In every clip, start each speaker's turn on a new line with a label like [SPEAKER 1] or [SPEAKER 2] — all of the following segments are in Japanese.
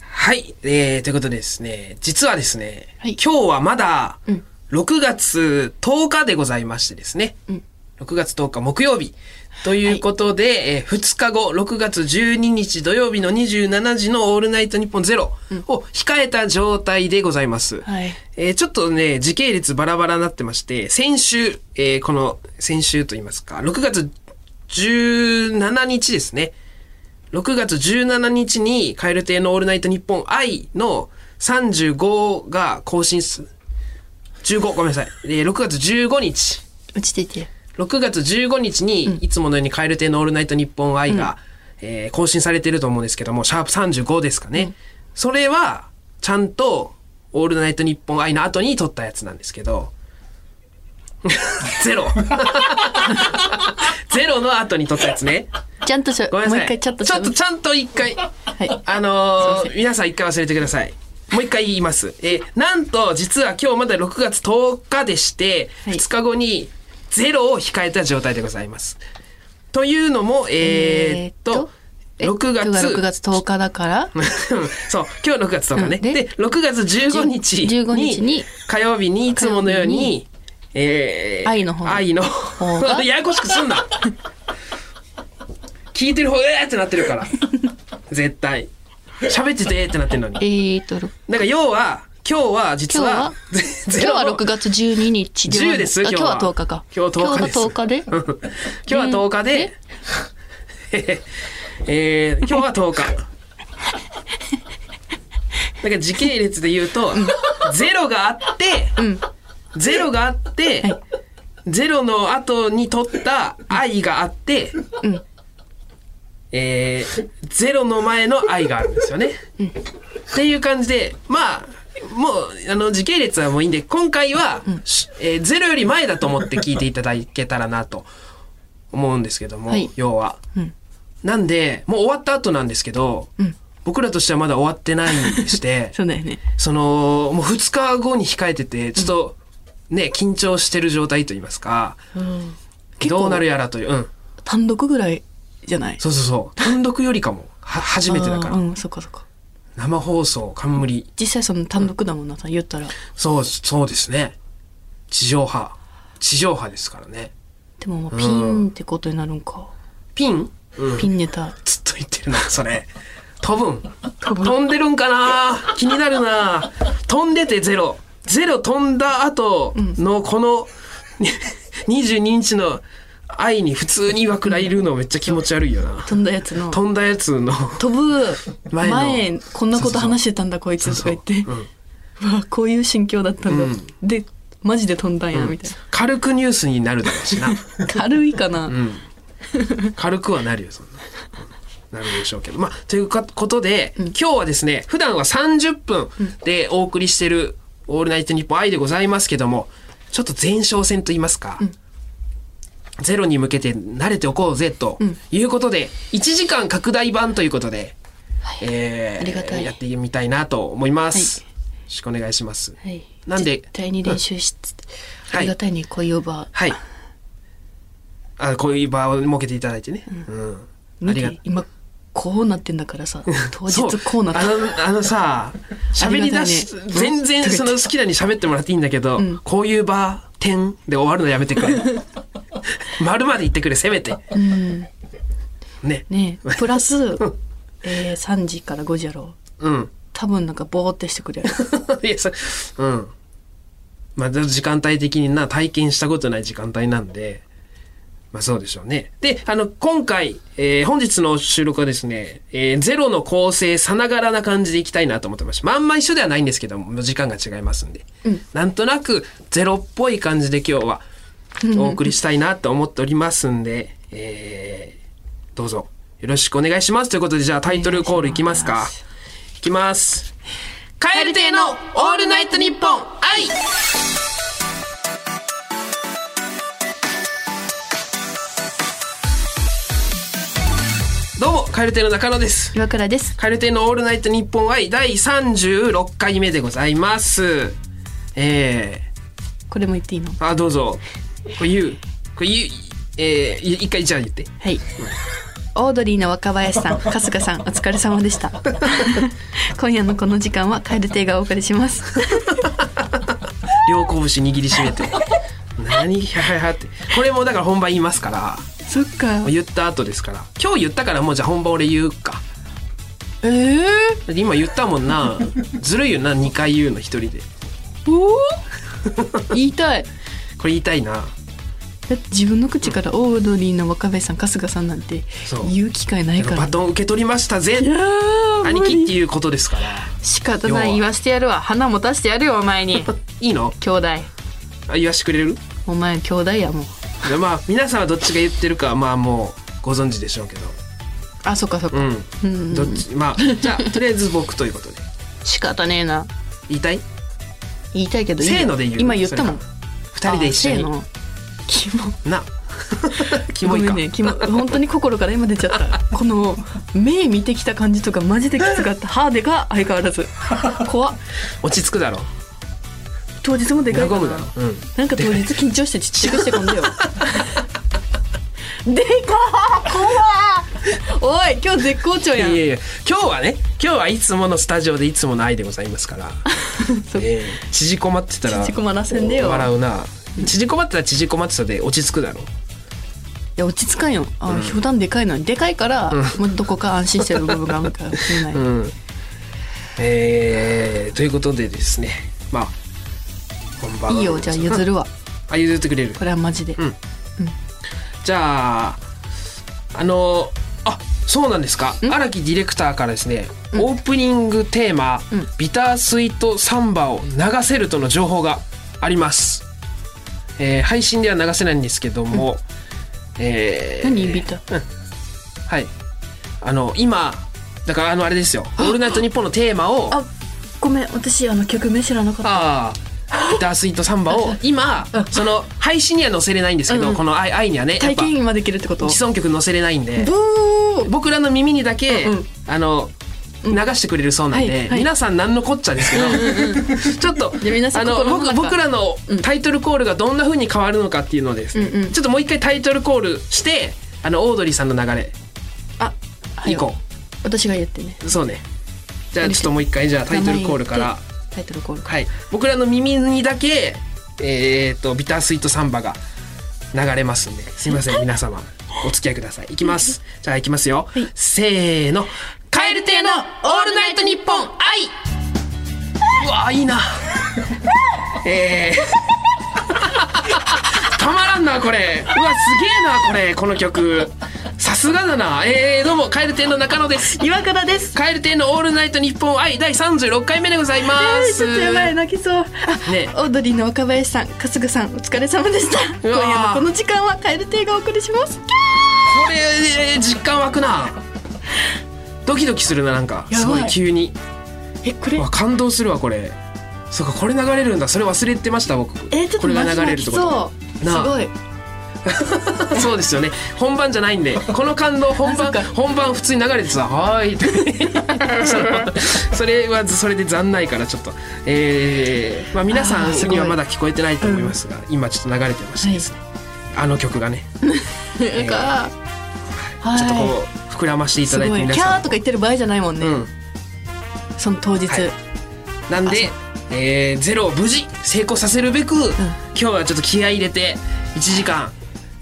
[SPEAKER 1] はい、えー、ということでですね、実はですね、
[SPEAKER 2] はい
[SPEAKER 1] 今日はまだ
[SPEAKER 2] うん
[SPEAKER 1] 6月10日でございましてですね、
[SPEAKER 2] うん
[SPEAKER 1] 6月10日木曜日ということで、えー2日後6月12日土曜日の27時の「オールナイトニッポンゼロを控えた状態でございます。
[SPEAKER 2] はい。
[SPEAKER 1] えーちょっとね、時系列バラバラになってまして、先週、えーこの、先週と言いますか、6月17日ですね。6月17日に、カエル亭のオールナイトニッポン愛の35が更新す、15、ごめんなさい。えー6月15日。
[SPEAKER 2] 落ちてて。
[SPEAKER 1] 6月15日に、いつものように蛙亭のオールナイトニッポン愛が、えー更新されてると思うんですけども、シャープ35ですかね。それは、ちゃんと、オールナイトニッポン愛の後に撮ったやつなんですけど、 ゼロ。 ゼロの後に撮ったやつね。
[SPEAKER 2] ちゃんとしゃ、
[SPEAKER 1] ごめ
[SPEAKER 2] もうん
[SPEAKER 1] なさい。
[SPEAKER 2] 一回ちゃんとし
[SPEAKER 1] ち
[SPEAKER 2] ゃ
[SPEAKER 1] ょっとちゃんと一回。
[SPEAKER 2] はい。
[SPEAKER 1] あの
[SPEAKER 2] すいませ
[SPEAKER 1] ー、皆さん一回忘れてください。もう一回言います。えーなんと、実は今日まだ6月10日でして、
[SPEAKER 2] はい
[SPEAKER 1] 2日後にゼロを控えた状態でございます。というのも、えーっと、
[SPEAKER 2] えっと
[SPEAKER 1] 6月
[SPEAKER 2] 今日が6月10日だから、
[SPEAKER 1] そう、今日6月10日ね。
[SPEAKER 2] うんで
[SPEAKER 1] で、6月15日に、
[SPEAKER 2] 15日に
[SPEAKER 1] 火曜日にいつものよう
[SPEAKER 2] 火曜日
[SPEAKER 1] に、えー、
[SPEAKER 2] 愛の方
[SPEAKER 1] 愛の
[SPEAKER 2] 方 が
[SPEAKER 1] ややこしくす んな聞いてる方、えーってなってるから。絶対。喋っててえーってなってるのに。
[SPEAKER 2] えーっと、ろ
[SPEAKER 1] なんか要は、今日は実は、
[SPEAKER 2] 今日は6月12日
[SPEAKER 1] 10です、
[SPEAKER 2] あ
[SPEAKER 1] 今日は。
[SPEAKER 2] 今日は10日か。
[SPEAKER 1] 今日10日です。
[SPEAKER 2] 今日が10日で。
[SPEAKER 1] うん今日は10日で、 えー、今日は10日。 なんか時系列で言うと、ゼロがあって、
[SPEAKER 2] うん。
[SPEAKER 1] ゼロがあって、
[SPEAKER 2] はい
[SPEAKER 1] ゼロの後に取った愛があって、
[SPEAKER 2] うん
[SPEAKER 1] えーゼロの前の愛があるんですよね。っていう感じで、まあ、もう、あの、時系列はもういいんで、今回は、しえーゼロより前だと思って聞いていただけたらなと思うんですけども、
[SPEAKER 2] はい
[SPEAKER 1] 要は、
[SPEAKER 2] うん
[SPEAKER 1] なんで、もう終わった後なんですけど、
[SPEAKER 2] うん
[SPEAKER 1] 僕らとしてはまだ終わってないんで して、
[SPEAKER 2] そうだよね。
[SPEAKER 1] そのもう2日後に控えててちょっと、ね緊張してる状態といいますか
[SPEAKER 2] うん。
[SPEAKER 1] どうなるやらという、うん、
[SPEAKER 2] 単独ぐらいじゃない
[SPEAKER 1] そうそうそう単独よりかもは初めてだか
[SPEAKER 2] あー
[SPEAKER 1] ら
[SPEAKER 2] うん、そっかそっか。
[SPEAKER 1] 生放送冠
[SPEAKER 2] 実際その単独だもんな、言ったら。
[SPEAKER 1] そうそうですね地上波地上波ですからね
[SPEAKER 2] でもまあ、ピンってことになるんか。
[SPEAKER 1] ピン、うん、
[SPEAKER 2] ピンネタ。
[SPEAKER 1] ずっと言ってるなそれ飛ぶん飛んでるんかな気になるな飛んでてゼロゼロ飛んだ後のこの 22日の愛に普通に岩倉いるのめっちゃ気持ち悪いよな
[SPEAKER 2] 飛んだやつの。
[SPEAKER 1] 飛んだやつの
[SPEAKER 2] 飛ぶ
[SPEAKER 1] 前
[SPEAKER 2] 前
[SPEAKER 1] の
[SPEAKER 2] こんなこと話してたんだこいつとか言って
[SPEAKER 1] そうそう
[SPEAKER 2] うわこういう心境だったんだ、
[SPEAKER 1] うん
[SPEAKER 2] でマジで飛んだんやみたい
[SPEAKER 1] 軽くニュースになるだろうしな
[SPEAKER 2] な、軽いかな、
[SPEAKER 1] うん、軽くはなるよそんな。うんなるでしょうけど。まあ、というかことで、今日はですね、普段は30分でお送りしてる「オールナイトニッポン愛」でございますけども、ちょっと前哨戦と言いますか、ゼロに向けて慣れておこうぜということで、1時間拡大版ということで、えー
[SPEAKER 2] ありがたい
[SPEAKER 1] やってみたいなと思います。
[SPEAKER 2] は
[SPEAKER 1] よろしくお願いします。
[SPEAKER 2] はい、
[SPEAKER 1] なんで
[SPEAKER 2] 絶対に練習しつつ、
[SPEAKER 1] はい
[SPEAKER 2] ありがたいに恋オーバ
[SPEAKER 1] はい。あ、こういう場を設けていただいてね。う
[SPEAKER 2] ー
[SPEAKER 1] ん。あ
[SPEAKER 2] 見
[SPEAKER 1] りが
[SPEAKER 2] て今こうなってんだからさ当日
[SPEAKER 1] そう
[SPEAKER 2] こうなった
[SPEAKER 1] あのあの さ喋り出し、
[SPEAKER 2] ありがたいね
[SPEAKER 1] 全然その好きなに喋ってもらっていいんだけど、こういう場点で終わるのやめてくれ 丸まで言ってくれせめて、ね
[SPEAKER 2] ねプラス、えー、3時から5時やろう
[SPEAKER 1] うん
[SPEAKER 2] 多分なんかボーってしてくれる
[SPEAKER 1] いやそうんまあ時間帯的にな体験したことない時間帯なんでまあそうでしょうね。で、あの、今回、えー本日の収録はですね、えーゼロの構成さながらな感じでいきたいなと思ってました。まああんま一緒ではないんですけども、時間が違いますんで。なんとなくゼロっぽい感じで今日はお送りしたいなと思っておりますんで、えーどうぞよろしくお願いしますということで、じゃあタイトルコールいきますか。いきます。カエル亭のオールナイトニッポン愛どうも、カエル亭の中野です。
[SPEAKER 2] 岩倉です
[SPEAKER 1] カエル亭のオールナイトニッポン愛第36回目でございます。え
[SPEAKER 2] これも言っていいの
[SPEAKER 1] ー、あ、どうぞ。これ言う。これ言う。えー、い一回じゃあ言って。
[SPEAKER 2] はい。オードリーの若林さん春日さんお疲れ様でした 今夜のこの時間は蛙亭がお送りします
[SPEAKER 1] 両拳握りし めて何はははってこれもだから本番言いますから
[SPEAKER 2] そっか
[SPEAKER 1] 言った後ですから今日言ったからもうじゃあ本番俺言うか
[SPEAKER 2] ええ
[SPEAKER 1] だって今言ったもんなずるいよな2回言うの1人で
[SPEAKER 2] おお言いたい
[SPEAKER 1] これ言いたいな
[SPEAKER 2] だって自分の口からオードリーの若林さん春日さんなんて
[SPEAKER 1] そう
[SPEAKER 2] 言う機会ないから
[SPEAKER 1] バトン受け取りました
[SPEAKER 2] い
[SPEAKER 1] ぜ
[SPEAKER 2] やー
[SPEAKER 1] 兄
[SPEAKER 2] 無
[SPEAKER 1] 貴
[SPEAKER 2] 理
[SPEAKER 1] っていうことですから
[SPEAKER 2] 仕方ない言わしてやるわ花持たしてやるよお前に
[SPEAKER 1] いいの
[SPEAKER 2] 兄弟
[SPEAKER 1] あ言わしてくれる
[SPEAKER 2] お前兄弟やもう
[SPEAKER 1] じゃあまあ皆さんはどっちが言ってるかはまあもうご存知でしょうけど
[SPEAKER 2] あそっかそっか、
[SPEAKER 1] うん
[SPEAKER 2] うんうんうん
[SPEAKER 1] どっちまあじゃあとりあえず僕ということで
[SPEAKER 2] 仕方ねえな
[SPEAKER 1] 言いたい
[SPEAKER 2] 言いたいけど
[SPEAKER 1] せーので言う
[SPEAKER 2] 今言ったもん
[SPEAKER 1] 2人で一緒
[SPEAKER 2] あーせー
[SPEAKER 1] に
[SPEAKER 2] のキモ
[SPEAKER 1] な キモい
[SPEAKER 2] ご
[SPEAKER 1] か、
[SPEAKER 2] めんねキモ本当に心から今出ちゃった この目見てきた感じとかマジできつかった歯でか相変わらず怖っ
[SPEAKER 1] 落ち着くだろ
[SPEAKER 2] 当日もでか
[SPEAKER 1] 和
[SPEAKER 2] いか
[SPEAKER 1] む
[SPEAKER 2] な
[SPEAKER 1] だろうん
[SPEAKER 2] なんか当日緊張してちっちゃくしてこん でよでかっ怖っおい今日絶好調
[SPEAKER 1] い
[SPEAKER 2] や
[SPEAKER 1] や
[SPEAKER 2] ん
[SPEAKER 1] いやいや今日はね今日はいつものスタジオでいつもの愛でございますから、
[SPEAKER 2] そう
[SPEAKER 1] ええ縮こまってたら
[SPEAKER 2] 縮こまらせんでよ
[SPEAKER 1] 笑うな縮こまってたら縮こまってたで落ち着くだろ
[SPEAKER 2] いや落ち着かんよあ、ひょうたんでかいのにでかいから、もうどこか安心してる部分があるからしれない、
[SPEAKER 1] うんえー、ということでですねまあ本番
[SPEAKER 2] いいよじゃあ譲
[SPEAKER 1] る
[SPEAKER 2] るわ
[SPEAKER 1] あ譲ってくれる
[SPEAKER 2] これはマジで、
[SPEAKER 1] んじゃああのあそうなんですか荒木ディレクターからですね、オープニングテーマ、
[SPEAKER 2] うん
[SPEAKER 1] ビタースイートサンバを流せるとの情報があります、えー配信では流せないんですけども、えー
[SPEAKER 2] 何ビタ
[SPEAKER 1] はいあの今だからあのあれですよ「オールナイトニッポン」のテーマを
[SPEAKER 2] あごめん私あの曲名知らなかった
[SPEAKER 1] ああビタースイートサンバを今その配信には載せれないんですけ
[SPEAKER 2] うん
[SPEAKER 1] ど、
[SPEAKER 2] うん
[SPEAKER 1] この愛「愛」にはねやっ
[SPEAKER 2] 体
[SPEAKER 1] ぱ
[SPEAKER 2] 験今できるってこと
[SPEAKER 1] 既存曲載せれないんで
[SPEAKER 2] ブー
[SPEAKER 1] 僕らの耳にだけ、
[SPEAKER 2] うん
[SPEAKER 1] あの流してくれるそうなんで、
[SPEAKER 2] はいはい
[SPEAKER 1] 皆さん何のこっちゃですけど、ちょっと
[SPEAKER 2] じゃあ皆さん
[SPEAKER 1] あの
[SPEAKER 2] 心の
[SPEAKER 1] 僕
[SPEAKER 2] 中
[SPEAKER 1] 僕らのタイトルコールがどんな風に変わるのかっていうのをですね、
[SPEAKER 2] うんうん
[SPEAKER 1] ちょっともう一回タイトルコールしてあのオードリーさんの流れ
[SPEAKER 2] あはい
[SPEAKER 1] こ
[SPEAKER 2] 私が言ってね
[SPEAKER 1] うそうねじゃあちょっともう一回じゃあタイトルコールから
[SPEAKER 2] 名前言ってタイトルコールから
[SPEAKER 1] はい僕らの耳にだけえー、とビタースイートサンバが流れますんですいません皆様お付き合いくださいいきますじゃあいきますよ、
[SPEAKER 2] い
[SPEAKER 1] せーの「蛙亭のオールナイトニッポン愛」うわいい なえー たまらんなこれうわすげえなこれこの曲さすがだなえー、どうも蛙亭の中野です
[SPEAKER 2] 岩倉です
[SPEAKER 1] カエル亭のオールナイトニッポン愛第36回目でございま
[SPEAKER 2] えー
[SPEAKER 1] す。
[SPEAKER 2] ちょっとやばい泣きそうあ、
[SPEAKER 1] ね
[SPEAKER 2] オードリーの若林さん春日さんお疲れ様でした今
[SPEAKER 1] うわー
[SPEAKER 2] 夜のこの時間は蛙亭がお送りします
[SPEAKER 1] これ、えー実感湧くな。ドキドキするななんか
[SPEAKER 2] やばい
[SPEAKER 1] すごい急に
[SPEAKER 2] えこれ
[SPEAKER 1] わ感動するわこれそうかこれ流れるんだそれ忘れてました僕
[SPEAKER 2] えーちょ
[SPEAKER 1] こ
[SPEAKER 2] っ
[SPEAKER 1] とれが
[SPEAKER 2] 泣き
[SPEAKER 1] 流れるってこと
[SPEAKER 2] そうす
[SPEAKER 1] なあ
[SPEAKER 2] ごい
[SPEAKER 1] そうですよね本番じゃないんでこの感動本番
[SPEAKER 2] あそっか
[SPEAKER 1] 本番普通に流れてさ「はーい」 ってそのそれはそれで残ないからちょっとえーまあ皆さ
[SPEAKER 2] あーす
[SPEAKER 1] ん
[SPEAKER 2] ごい
[SPEAKER 1] にはまだ聞こえてないと思いますが今ちょっと流れてましてですね、あの曲がね
[SPEAKER 2] なんか、はい
[SPEAKER 1] ちょっとこう膨らましていた
[SPEAKER 2] す
[SPEAKER 1] だい
[SPEAKER 2] ご
[SPEAKER 1] て
[SPEAKER 2] い
[SPEAKER 1] 皆
[SPEAKER 2] キャー
[SPEAKER 1] さん
[SPEAKER 2] とか言ってる場合じゃないもんね、
[SPEAKER 1] うん
[SPEAKER 2] その当日、
[SPEAKER 1] はいなんで、えーゼロを無事成功させるべく、今日はちょっと気合い入れて1時間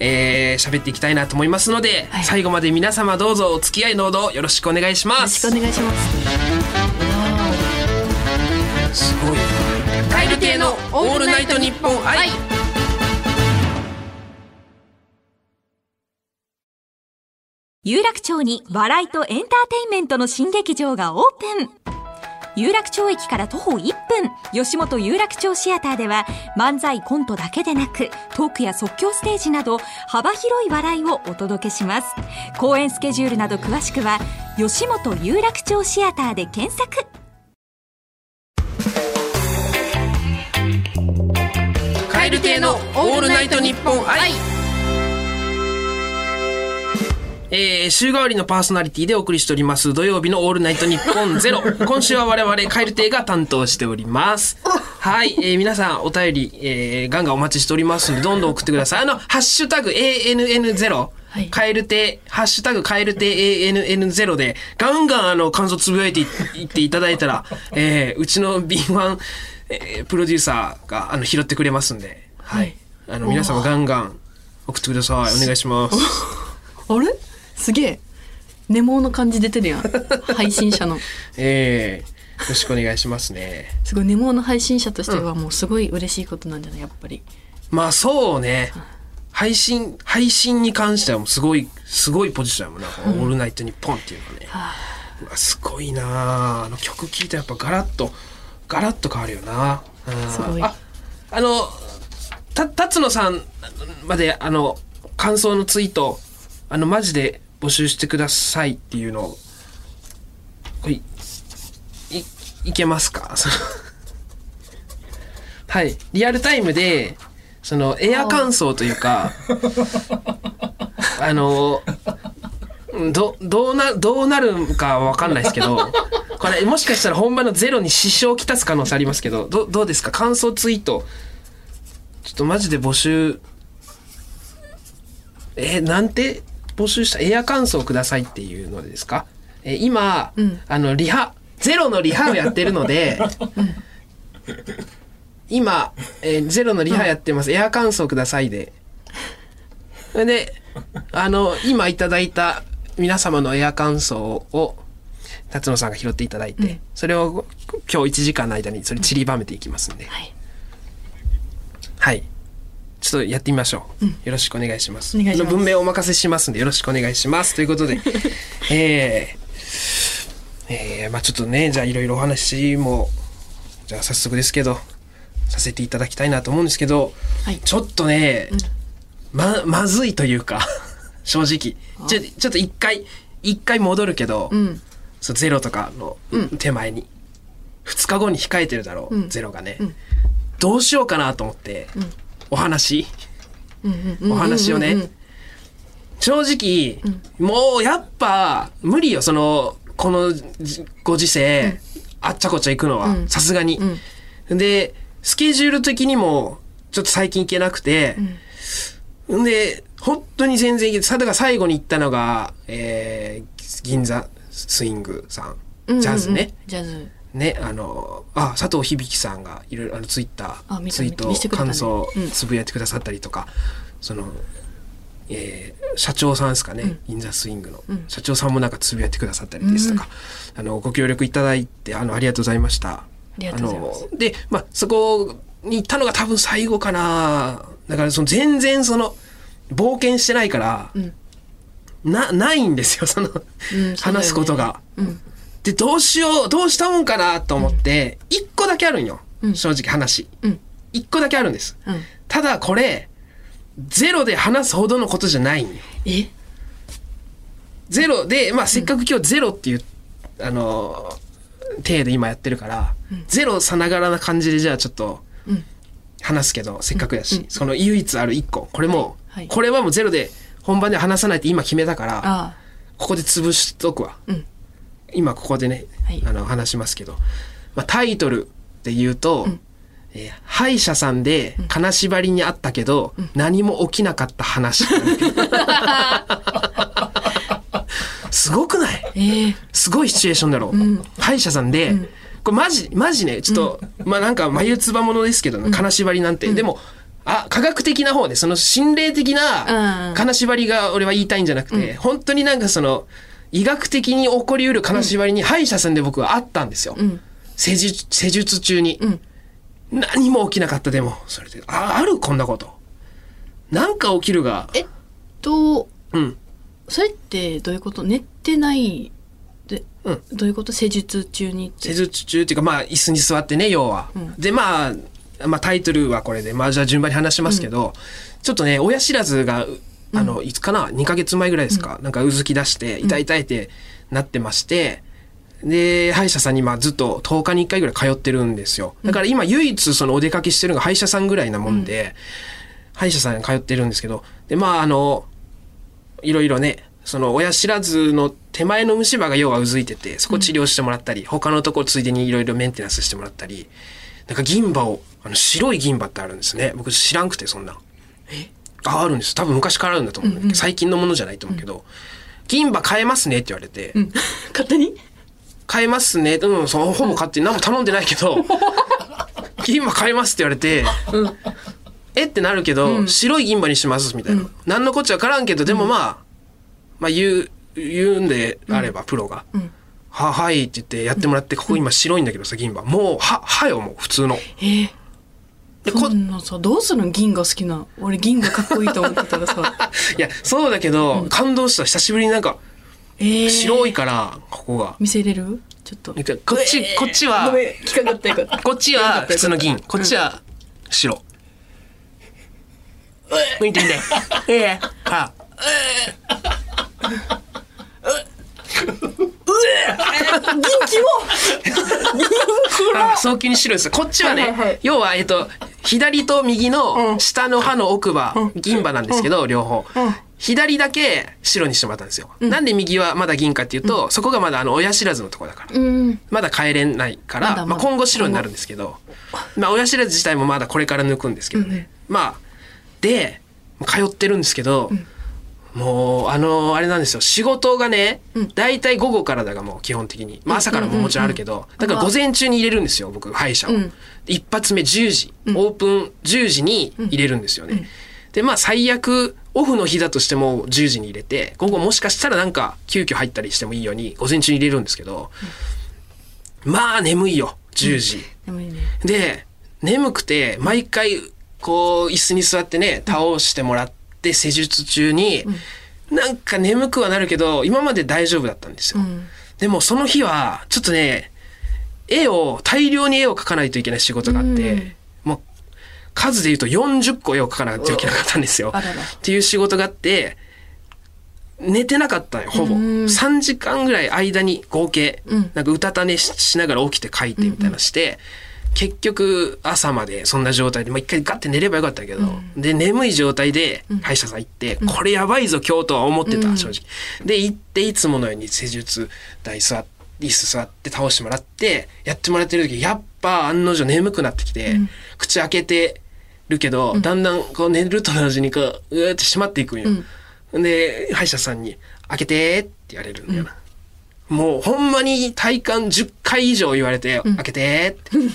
[SPEAKER 1] えー喋っていきたいなと思いますので、
[SPEAKER 2] はい
[SPEAKER 1] 最後まで皆様どうぞお付き合いのほどよろしくお願いしま
[SPEAKER 2] よろし
[SPEAKER 1] す
[SPEAKER 2] くお。願いします
[SPEAKER 1] すごいなカエル亭のオールナイトニッポン愛。
[SPEAKER 3] 有楽町に笑いとエンターテインメントの新劇場がオープン有楽町駅から徒歩1分吉本有楽町シアターでは漫才コントだけでなくトークや即興ステージなど幅広い笑いをお届けします公演スケジュールなど詳しくは吉本有楽町シアターで検索
[SPEAKER 1] カエル亭のオールナイトニッポン愛。えー、週替わりのパーソナリティでお送りしております土曜日の「オールナイトニッポンゼロ今週は我々カエル亭が担当しておりますはい、えー、皆さんお便り、えー、ガンガンお待ちしておりますのでどんどん送ってくださいあの「ハッシュタグ #ANN0」
[SPEAKER 2] はい
[SPEAKER 1] カエルテ、ハッシュタグカエルテ ANN0 で、ガンガンあの、感想つぶやいていいっていただいたら、えーうちの敏腕、えープロデューサーが、あの、拾ってくれますんで、はい。あの、皆様ガンガン送ってください。お願いします。
[SPEAKER 2] あれすげえネモの感じ出 てるやん配信者の
[SPEAKER 1] えー、よろしくお願いしますね。
[SPEAKER 2] すごいネモの配信者としてはもうすごい嬉しいことなんじゃないやっぱり
[SPEAKER 1] まあそうね。配信、配信に関してはもうすごい、すごいポジションやもんな。このオールナイトニッポンっていうのはね。うわすごいなああの曲聴いたらやっぱガラッと、ガラッと変わるよな。うん
[SPEAKER 2] すごい
[SPEAKER 1] あ、あの、た、辰野さんまで、あの、感想のツイート、あの、マジで募集してくださいっていうのを、これ、い、いけますかそのはい。リアルタイムで、その、エア乾燥というか、あの、ど、どうな、どうなるかわかんないですけど、これ、もしかしたら本番のゼロに支障をきたす可能性ありますけど、ど、どうですか感想ツイート。ちょっとマジで募集、えーなんて募集したエア乾燥くださいっていうのですかえー今、あの、リハ、ゼロのリハをやってるので、今、えーゼロのリハやってます。エア乾燥くださいで。それで、あの、今いただいた皆様のエア乾燥を、辰野さんが拾っていただいて、それを今日1時間の間にそれ散りばめていきますんで、
[SPEAKER 2] はい
[SPEAKER 1] はい。ちょっとやってみましょう。よろしくお願いします。
[SPEAKER 2] お願いします
[SPEAKER 1] あの文明お任せしますんで、よろしくお願いします。ということ で、えー、えー、まあちょっとね、じゃあいろいろお話も、じゃあ早速ですけど、させていただきたいなと思うんですけど、
[SPEAKER 2] はい
[SPEAKER 1] ちょっとね、ま、まずいというか、 正直。ちょ、ちょっと一回、一回戻るけど、
[SPEAKER 2] うん
[SPEAKER 1] そうゼロとかの手前に、2日後に控えてるだろう、
[SPEAKER 2] うん
[SPEAKER 1] ゼロがね、どうしようかなと思って、お話お話をね、正直、もうやっぱ無理よそのこのじご時世、あっちゃこっちゃ行くのはさすがに、でスケジュール的にもちょっと最近行けなくて、んで、本当に全然行けて、さだから最後に行ったのが、えー、銀座スイングさん、ジャズね。
[SPEAKER 2] ジャズ
[SPEAKER 1] ね、あの、あ、佐藤響さんがいろいろあのツイッタ
[SPEAKER 2] あ
[SPEAKER 1] ー、
[SPEAKER 2] 見た
[SPEAKER 1] ツイート
[SPEAKER 2] 見して、くれたね
[SPEAKER 1] 感想を
[SPEAKER 2] うん
[SPEAKER 1] つぶやいてくださったりとか、その、えー社長さんですかね、銀座スイングの、社長さんもなんかつぶやいてくださったりですとか、あの、ご協力いただいて、あの、ありがとうございました。
[SPEAKER 2] ありがとうございます
[SPEAKER 1] あので、まあ、そこに行ったのが多分最後かな。だから、その全然その、冒険してないから、な、ないんですよ、その、話すことが。で、どうしよう、どうしたもんかなと思って、一、個だけあるんよ。正直話。
[SPEAKER 2] ん
[SPEAKER 1] 一、個だけあるんです。
[SPEAKER 2] うん
[SPEAKER 1] ただ、これ、ゼロで話すほどのことじゃないんよ。
[SPEAKER 2] え
[SPEAKER 1] ゼロで、まあ、せっかく今日ゼロっていう、あのー、体で今やってるから、ゼロさながらな感じでじゃあちょっと、話すけど、せっかくだし、その唯一ある一個、これも、
[SPEAKER 2] はいはい
[SPEAKER 1] これはもうゼロで本番で話さないって今決めたから、
[SPEAKER 2] あ
[SPEAKER 1] ここで潰しとくわ。
[SPEAKER 2] ん
[SPEAKER 1] 今ここでね、
[SPEAKER 2] はい
[SPEAKER 1] あの、話しますけど、まあ、タイトルで言うと、えー歯医者さんで金縛りにあったけど、何も起きなかった話。 すごくない
[SPEAKER 2] えー、
[SPEAKER 1] すごいシチュエーションだろう。歯医者さんで、これマジ、マジね、ちょっと、まあなんか眉唾物ですけど、金縛りなんて。でも、あ、科学的な方で、その心霊的
[SPEAKER 2] う
[SPEAKER 1] なん金縛りが俺は言いたいんじゃなくて、本当になんかその、医学的に起こりうる金縛りに歯医者さんで僕はあったんですよ。施術、施術中に。何も起きなかったでも、それで、あ、あるこんなこと。なんか起きるが、
[SPEAKER 2] えっと
[SPEAKER 1] うん。
[SPEAKER 2] それってどういうこと寝てないで、
[SPEAKER 1] うん
[SPEAKER 2] どういうこと施術中にって
[SPEAKER 1] 施術中っていうかまあ椅子に座ってね要は、でまあまあタイトルはこれでまあじゃあ順番に話しますけど、ちょっとね親知らずがうあの、いつかな2ヶ月前ぐらいですか、なんかうずき出して痛い痛いってなってまして、で歯医者さんにまあずっと10日に1回ぐらい通ってるんですよだから今唯一そのお出かけしてるのが歯医者さんぐらいなもんで、歯医者さんに通ってるんですけどでまああのいろいろね、その親知らずの手前の虫歯が要はうずいてて、そこ治療してもらったり、他のとこついでにいろいろメンテナンスしてもらったり、なんか銀歯を、あの白い銀歯ってあるんですね。僕知らんくてそんなん。ああるんです多分昔からあるんだと思う、最近のものじゃないと思うけど、銀歯買えますねって言われて、
[SPEAKER 2] うん 勝手に
[SPEAKER 1] 買えますねうんそのほぼ買って何も頼んでないけ ど銀歯買えますって言われて、えってなるけど、白い銀歯にしますみたいな、何のこっちゃ分からんけどでもまあ、まあ言う言うんであればプロが。は、はいって言ってやってもらって、ここ今白いんだけどさ、銀歯。もう、は、はよ、もう普通の。
[SPEAKER 2] ええ
[SPEAKER 1] でこ
[SPEAKER 2] そんなさどうするの銀が好きな俺銀がかっこいいと思ってた らさ
[SPEAKER 1] いや、そうだけど、感動した。久しぶりになんか、
[SPEAKER 2] ええ
[SPEAKER 1] 白いから、ここが。
[SPEAKER 2] 見せれるちょっと
[SPEAKER 1] なんかこっち、こっちは
[SPEAKER 2] ご、めん 聞かなかったよかった
[SPEAKER 1] こっちは普通の銀、こっちは白。見て見 て。ええ。あ。
[SPEAKER 2] 元気
[SPEAKER 1] あ早急に白いです。こっちはね、
[SPEAKER 2] はいはいはい
[SPEAKER 1] 要は、えっと、左と右の下の歯の奥歯、銀歯なんですけど、両方。左だけ白にしてもらったんですよ。なんで右はまだ銀かっていうと、そこがまだあの親知らずのところだから。
[SPEAKER 2] うん
[SPEAKER 1] まだ帰れないから、
[SPEAKER 2] ま
[SPEAKER 1] ま
[SPEAKER 2] だまだ
[SPEAKER 1] あ、今後白になるんですけど、まあ、親知らず自体もまだこれから抜くんですけどね。まあ、で、通ってるんですけど、もう、あのあれなんですよ。仕事がね、大体午後からだがもう基本的に。まあ朝からももちろんあるけど、だから午前中に入れるんですよ、僕、歯医者を。
[SPEAKER 2] うん
[SPEAKER 1] 一発目10時、オープン10時に入れるんですよね。で、まあ最悪、オフの日だとしても10時に入れて、午後もしかしたらなんか急遽入ったりしてもいいように、午前中に入れるんですけど、まあ眠いよ、10時。
[SPEAKER 2] でもいいね
[SPEAKER 1] で眠くて毎回こう椅子に座ってね倒してもらって施術中に、なんか眠くはなるけど今まで大丈夫だったんですよ、
[SPEAKER 2] ん
[SPEAKER 1] でもその日はちょっとね絵を大量に絵を描かないといけない仕事があって、
[SPEAKER 2] うん
[SPEAKER 1] もう数で言うと40個絵を描かなきゃいけなかったんですよ
[SPEAKER 2] あらら
[SPEAKER 1] っていう仕事があって寝てなかったよほぼ、
[SPEAKER 2] うん
[SPEAKER 1] 3時間ぐらい間に合計、
[SPEAKER 2] うん
[SPEAKER 1] なんかうたた寝ししながら起きて書いてみたいなして、結局朝までそんな状態で、まあ、一回ガッて寝ればよかったけど、で眠い状態で歯医者さん行って、これやばいぞ今日とは思ってた、正直で行っていつものように施術台座って椅子座って倒してもらってやってもらってる時やっぱ案の定眠くなってきて、口開けてるけど、だんだんこう寝ると同時にこううーって閉まっていくんよ、で歯医者さんに「開けて」って言われるんだよな、もうほんまに体感10回以上言われて「開けて」って、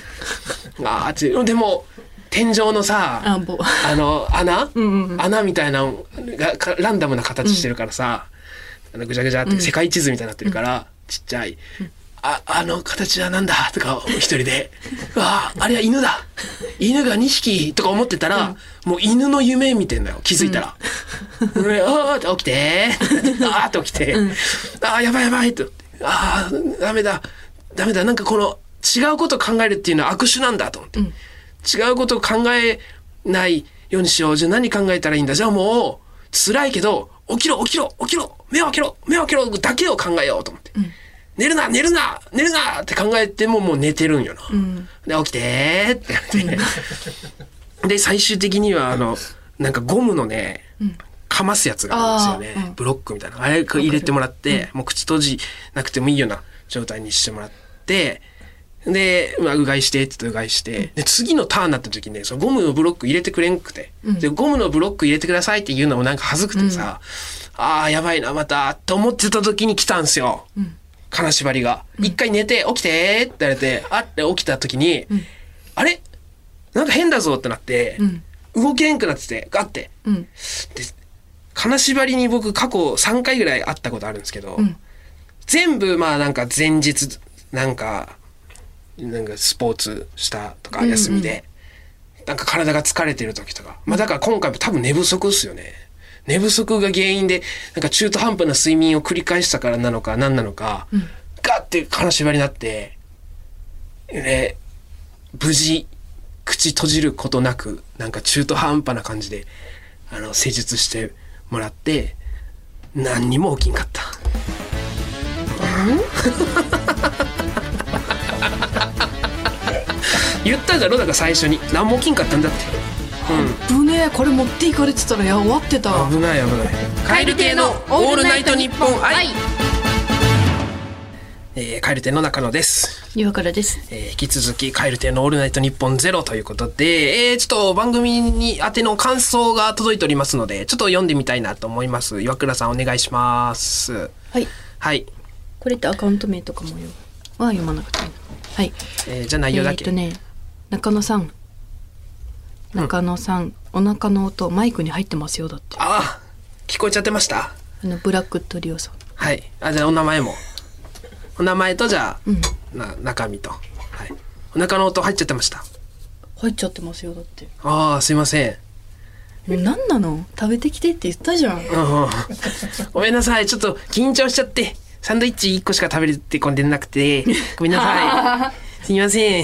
[SPEAKER 1] あーってでも天井のさ
[SPEAKER 2] あぼ
[SPEAKER 1] あの穴、穴みたいなのがかランダムな形してるからさ、あのぐちゃぐちゃって世界地図みたいになってるから、ちっちゃい、ああの形はなんだとか一人で「うわああれは犬だ犬が2匹」とか思ってたら、もう犬の夢見てんだよ気づいたら。俺あーって起きて あーって起きて、あーやばいやばいってあーダメだダメだなんかこの違うことを考えるっていうのは悪手なんだと思って、違うことを考えないようにしようじゃあ何考えたらいいんだじゃあもう辛いけど起きろ起きろ起きろ目を開けろ目を開けろだけを考えようと思って、寝るな寝るな寝るなって考えてももう寝てるんよな、で起きてーって言われてで最終的にはあのなんかゴムのね、かますやつがあるんですよ
[SPEAKER 2] あー
[SPEAKER 1] ね、
[SPEAKER 2] うん
[SPEAKER 1] ブロックみたいなあれ入れてもらって、もう口閉じなくてもいいような状態にしてもらってで、まあ、うがいしてって言ってうがいして、で次のターンになった時にねそのゴムのブロック入れてくれんくて、でゴムのブロック入れてくださいって言うのもなんか恥ずくてさ、ああやばいなまたと思ってた時に来たんすよ、金縛りが。一回寝て起きてって言われてあって起きた時に、あれなんか変だぞってなって、動けんくなってて、ガッて。
[SPEAKER 2] うん
[SPEAKER 1] で、金縛りに僕過去3回ぐらい会ったことあるんですけど、全部まあなんか前日、なんか、なんかスポーツしたとか休みで、なんか体が疲れてる時とか。まあだから今回も多分寝不足っすよね。寝不足が原因で、なんか中途半端な睡眠を繰り返したからなのか何なのか、ガッて金縛りになって、で、無事、口閉じることなく、なんか中途半端な感じで、あの、施術してもらって、何にも起きんかった。 言っただろだから最初に何も起きんかったんだって
[SPEAKER 2] ぶねえこれ持っていかれてたらや終わってた
[SPEAKER 1] 危ない危ない蛙亭のオールナイトニッポン愛えー、蛙亭の中野です
[SPEAKER 2] 岩倉です。
[SPEAKER 1] えー引き続き「カエル亭のオールナイトニッポンゼロということで、えーちょっと番組に宛ての感想が届いておりますのでちょっと読んでみたいなと思います岩倉さんお願いします
[SPEAKER 2] はい。
[SPEAKER 1] はい、
[SPEAKER 2] これってアカウント名とかもよは読まなくていいの。はい。
[SPEAKER 1] えーじゃあ内容だ
[SPEAKER 2] えーっ
[SPEAKER 1] け、
[SPEAKER 2] とね、中野さん。中野さん、お腹の音マイクに入ってますよだって。あ
[SPEAKER 1] ああ聞こえちゃってました
[SPEAKER 2] のブラックトリオさん。
[SPEAKER 1] はいあじゃあお名前もお名前とじゃあ、
[SPEAKER 2] うん。
[SPEAKER 1] な中身と、はい、お腹の音入っちゃってました
[SPEAKER 2] 入っちゃってますよだって。
[SPEAKER 1] ああすいません
[SPEAKER 2] もう何なの？食べてきてって言ったじゃん。
[SPEAKER 1] うんうん ごめんなさい。ちょっと緊張しちゃって。サンドイッチ1個しか食べれてこんでなくて。ごめんなさ い。すみません。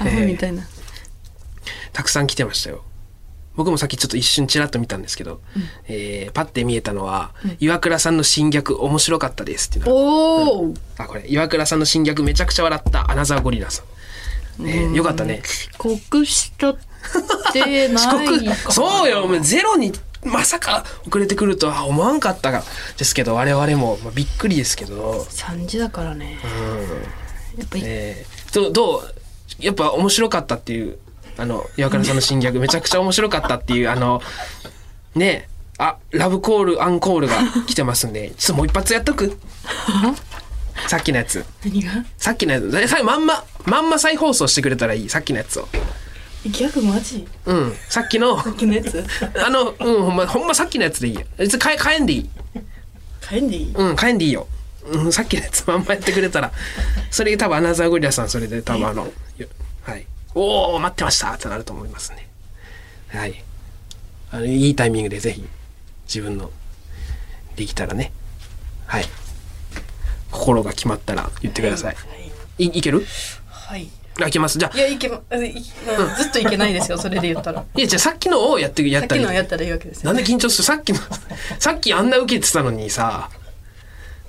[SPEAKER 2] アホみたいな。
[SPEAKER 1] たくさん来てましたよ。僕もさっきちょっと一瞬ちらっと見たんですけど、えーパッて見えたのは、岩倉さんの新逆面白かったですっていうの
[SPEAKER 2] おお。
[SPEAKER 1] あ、これ、岩倉さんの新逆めちゃくちゃ笑ったアナザーゴリラさん。えーよかったね。
[SPEAKER 2] 遅刻し たってない
[SPEAKER 1] 遅刻そう
[SPEAKER 2] よ。
[SPEAKER 1] よ、お前ゼロにまさか遅れてくるとは思わんかったが、ですけど我々も、まあ、びっくりですけど。
[SPEAKER 2] 三時だからね。やっぱり、
[SPEAKER 1] えー、どうどうやっぱ面白かったっていうあの岩倉さんの新ギャグめちゃくちゃ面白かったっていうあのねえあラブコールアンコールが来てますんでちょっともう一発やっとくさっきのやつ
[SPEAKER 2] 何が
[SPEAKER 1] さっきのやつえさまんままんま再放送してくれたらいいさっきのやつを
[SPEAKER 2] ギャグマジ？
[SPEAKER 1] うんさっきの
[SPEAKER 2] このやつ？
[SPEAKER 1] あのうんほんまほんまさっきのやつでいいや別に変え変えんでいい
[SPEAKER 2] 帰んでいい？
[SPEAKER 1] うん変えんでいいよ、うん、さっきのやつまんまやってくれたらそれ多分アナザーゴリラさんそれで多分あの、よはい、おお待ってましたってなると思いますねはいあのいいタイミングでぜひ自分のできたらねはい心が決まったら言ってください、い、いける
[SPEAKER 2] はい。
[SPEAKER 1] あいけますじゃあ
[SPEAKER 2] いやいけまあいずっといけないですよそれで言 ったら。
[SPEAKER 1] いやじゃあさっきのをやってや
[SPEAKER 2] さ
[SPEAKER 1] っ
[SPEAKER 2] ったき
[SPEAKER 1] り
[SPEAKER 2] のやったらいいわけです
[SPEAKER 1] な
[SPEAKER 2] よ。
[SPEAKER 1] んで緊張するさっきの さっきあんな受けてたのにさ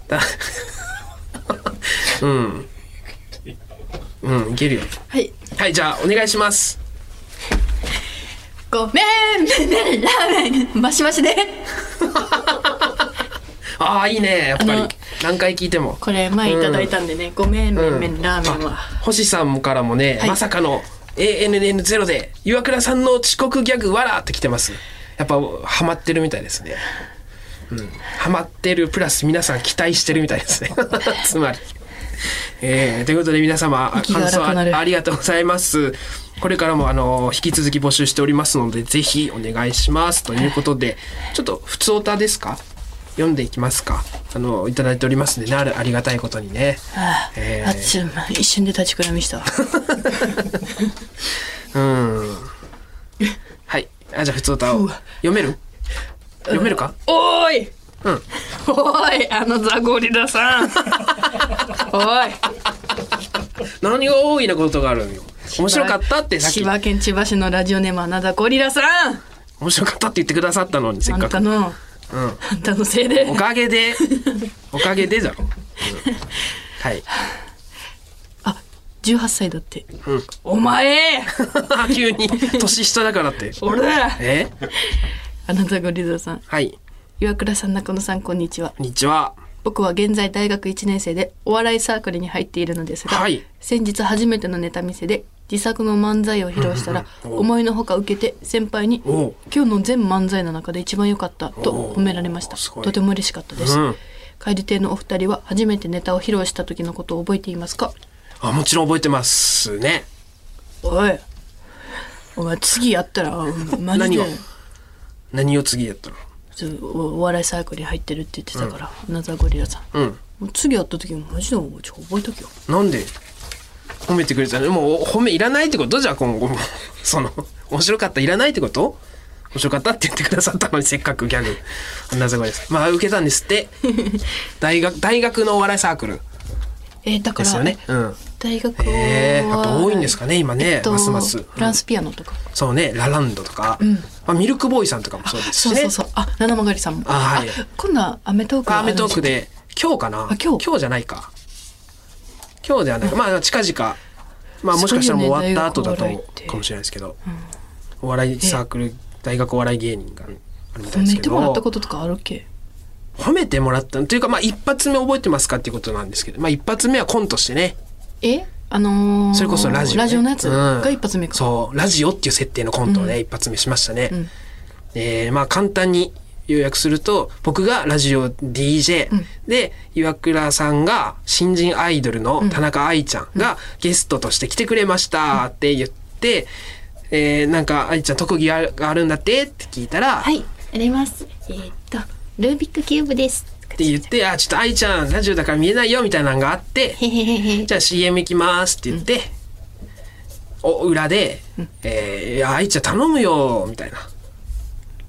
[SPEAKER 1] だうんうんいけるよ
[SPEAKER 2] はい。
[SPEAKER 1] はいじゃあお願いします
[SPEAKER 2] ごめんねラ ーメンマシマシで。
[SPEAKER 1] ああいいねやっぱ
[SPEAKER 2] あ
[SPEAKER 1] り
[SPEAKER 2] の
[SPEAKER 1] 何回聞いても
[SPEAKER 2] これ前いただいたんでね、ごめんめんめんラーメンは。
[SPEAKER 1] 星さんもからもね、
[SPEAKER 2] はい
[SPEAKER 1] まさかの ANN0 で岩倉さんの遅刻ギャグわらって来てますやっぱハマってるみたいですねうんハマってるプラス皆さん期待してるみたいですね つまりえー、ということで皆様
[SPEAKER 2] 息が荒くなる
[SPEAKER 1] あありがとうございますこれからもあの引き続き募集しておりますのでぜひお願いしますということでちょっと普通歌ですか読んでいきますかあのいただいておりますんでねあるありがたいことにね
[SPEAKER 2] あ
[SPEAKER 1] え
[SPEAKER 2] ー
[SPEAKER 1] ー
[SPEAKER 2] あちょっと一瞬で立ちくらみしたわ。
[SPEAKER 1] うん。はい。あ、じゃあ、普通歌を。読める読めるか
[SPEAKER 2] おーい、
[SPEAKER 1] うん
[SPEAKER 2] おーいあのザゴリ ラさんおーい
[SPEAKER 1] 何が多いなことがあるのよ。面白かったってさっ
[SPEAKER 2] 千
[SPEAKER 1] き、
[SPEAKER 2] 葉県千葉市のラジオネームアナザゴリラさん
[SPEAKER 1] 面白かったって言ってくださったのに、せっ
[SPEAKER 2] あ
[SPEAKER 1] か
[SPEAKER 2] ん
[SPEAKER 1] く。
[SPEAKER 2] た
[SPEAKER 1] う
[SPEAKER 2] のあ
[SPEAKER 1] ん。
[SPEAKER 2] んたのせいで
[SPEAKER 1] おかげ で、おかげでだろ。うんはい。
[SPEAKER 2] あ18歳だって、
[SPEAKER 1] うん
[SPEAKER 2] お前
[SPEAKER 1] 急に、年下だからって。
[SPEAKER 2] 俺だ
[SPEAKER 1] え
[SPEAKER 2] あなたゴリラさん
[SPEAKER 1] はい。
[SPEAKER 2] 岩倉さん中野さんこんにちは
[SPEAKER 1] こんにちは。
[SPEAKER 2] 僕は現在大学1年生でお笑いサークルに入っているのですが、
[SPEAKER 1] はい
[SPEAKER 2] 先日初めてのネタ見せで自作の漫才を披露したら
[SPEAKER 1] うんうん
[SPEAKER 2] 思いのほか受けて先輩に
[SPEAKER 1] おう
[SPEAKER 2] 「今日の全漫才の中で一番良かった」
[SPEAKER 1] お
[SPEAKER 2] と
[SPEAKER 1] う
[SPEAKER 2] 褒められました
[SPEAKER 1] すごい
[SPEAKER 2] とても嬉しかったです、
[SPEAKER 1] うん
[SPEAKER 2] 楓亭のお二人は初めてネタを披露した時のことを覚えていますか
[SPEAKER 1] あ、もちろん覚えてますね。
[SPEAKER 2] おいお前次やったらうんマジ
[SPEAKER 1] 何
[SPEAKER 2] で
[SPEAKER 1] を何を次やったの
[SPEAKER 2] そうおお笑いサークルに入ってるって言ってたから、ナザゴリラさん
[SPEAKER 1] うん。
[SPEAKER 2] もう次やった時もマジでちょっと覚えとけよ
[SPEAKER 1] なんで褒めてくれたのもうお褒めいらないってことじゃあ今後も その面白かったいらないってこと面白かったって言ってくださったのにせっかくギャグなぜこれですまあ受けたんですって 大学大学のお笑いサークル
[SPEAKER 2] えーだ
[SPEAKER 1] で
[SPEAKER 2] から
[SPEAKER 1] すよねうん
[SPEAKER 2] 大学は、
[SPEAKER 1] えー、やっぱ多いんですかね今ね、
[SPEAKER 2] えっと
[SPEAKER 1] ますます
[SPEAKER 2] フランスピアノとか、
[SPEAKER 1] そうねラランドとか、まあ、ミルクボーイさんとかもそうですし
[SPEAKER 2] そう
[SPEAKER 1] ね
[SPEAKER 2] そうそうあ七曲りさんも
[SPEAKER 1] あはい
[SPEAKER 2] 今度はアメトークが
[SPEAKER 1] ア
[SPEAKER 2] ある
[SPEAKER 1] メ
[SPEAKER 2] んす
[SPEAKER 1] ト
[SPEAKER 2] よ
[SPEAKER 1] ークで今日かな
[SPEAKER 2] あ今日
[SPEAKER 1] じゃないか今日ではないかまあ近々まあもしかしたらもう終わった後だと
[SPEAKER 2] すごいよね大学お笑いって
[SPEAKER 1] かもしれないですけど、お笑いサークル大学お笑い芸人があるみたいです
[SPEAKER 2] 寝
[SPEAKER 1] け
[SPEAKER 2] て
[SPEAKER 1] ど
[SPEAKER 2] もらったこととかあるっけ
[SPEAKER 1] 褒めてもらったというか、まあ、一発目覚えてますかっていうことなんですけど、まあ、一発目はコントしてね、
[SPEAKER 2] えあのー
[SPEAKER 1] それこそラジオ、ね。
[SPEAKER 2] ラジオのやつ
[SPEAKER 1] うん
[SPEAKER 2] が一発目か、
[SPEAKER 1] そう、ラジオっていう設定のコントをね、
[SPEAKER 2] うん
[SPEAKER 1] 一発目しましたね。
[SPEAKER 2] うん
[SPEAKER 1] えーまあ簡単に要約すると、僕がラジオ DJ、
[SPEAKER 2] うん
[SPEAKER 1] で、岩倉さんが新人アイドルの田中愛ちゃんがゲストとして来てくれましたって言って、えーなんか愛ちゃん特技があるがあるんだってって聞いたら、
[SPEAKER 4] はい、あります。えーっと、ルービックキューブ です。
[SPEAKER 1] って言って、あ、ちょっと愛ちゃんラジオだから見えないよみたいなのがあって、
[SPEAKER 4] へへへへ。
[SPEAKER 1] じゃあ CM 行きますって言って、お裏で、えーいや、あいちゃん頼むよ、みたいな。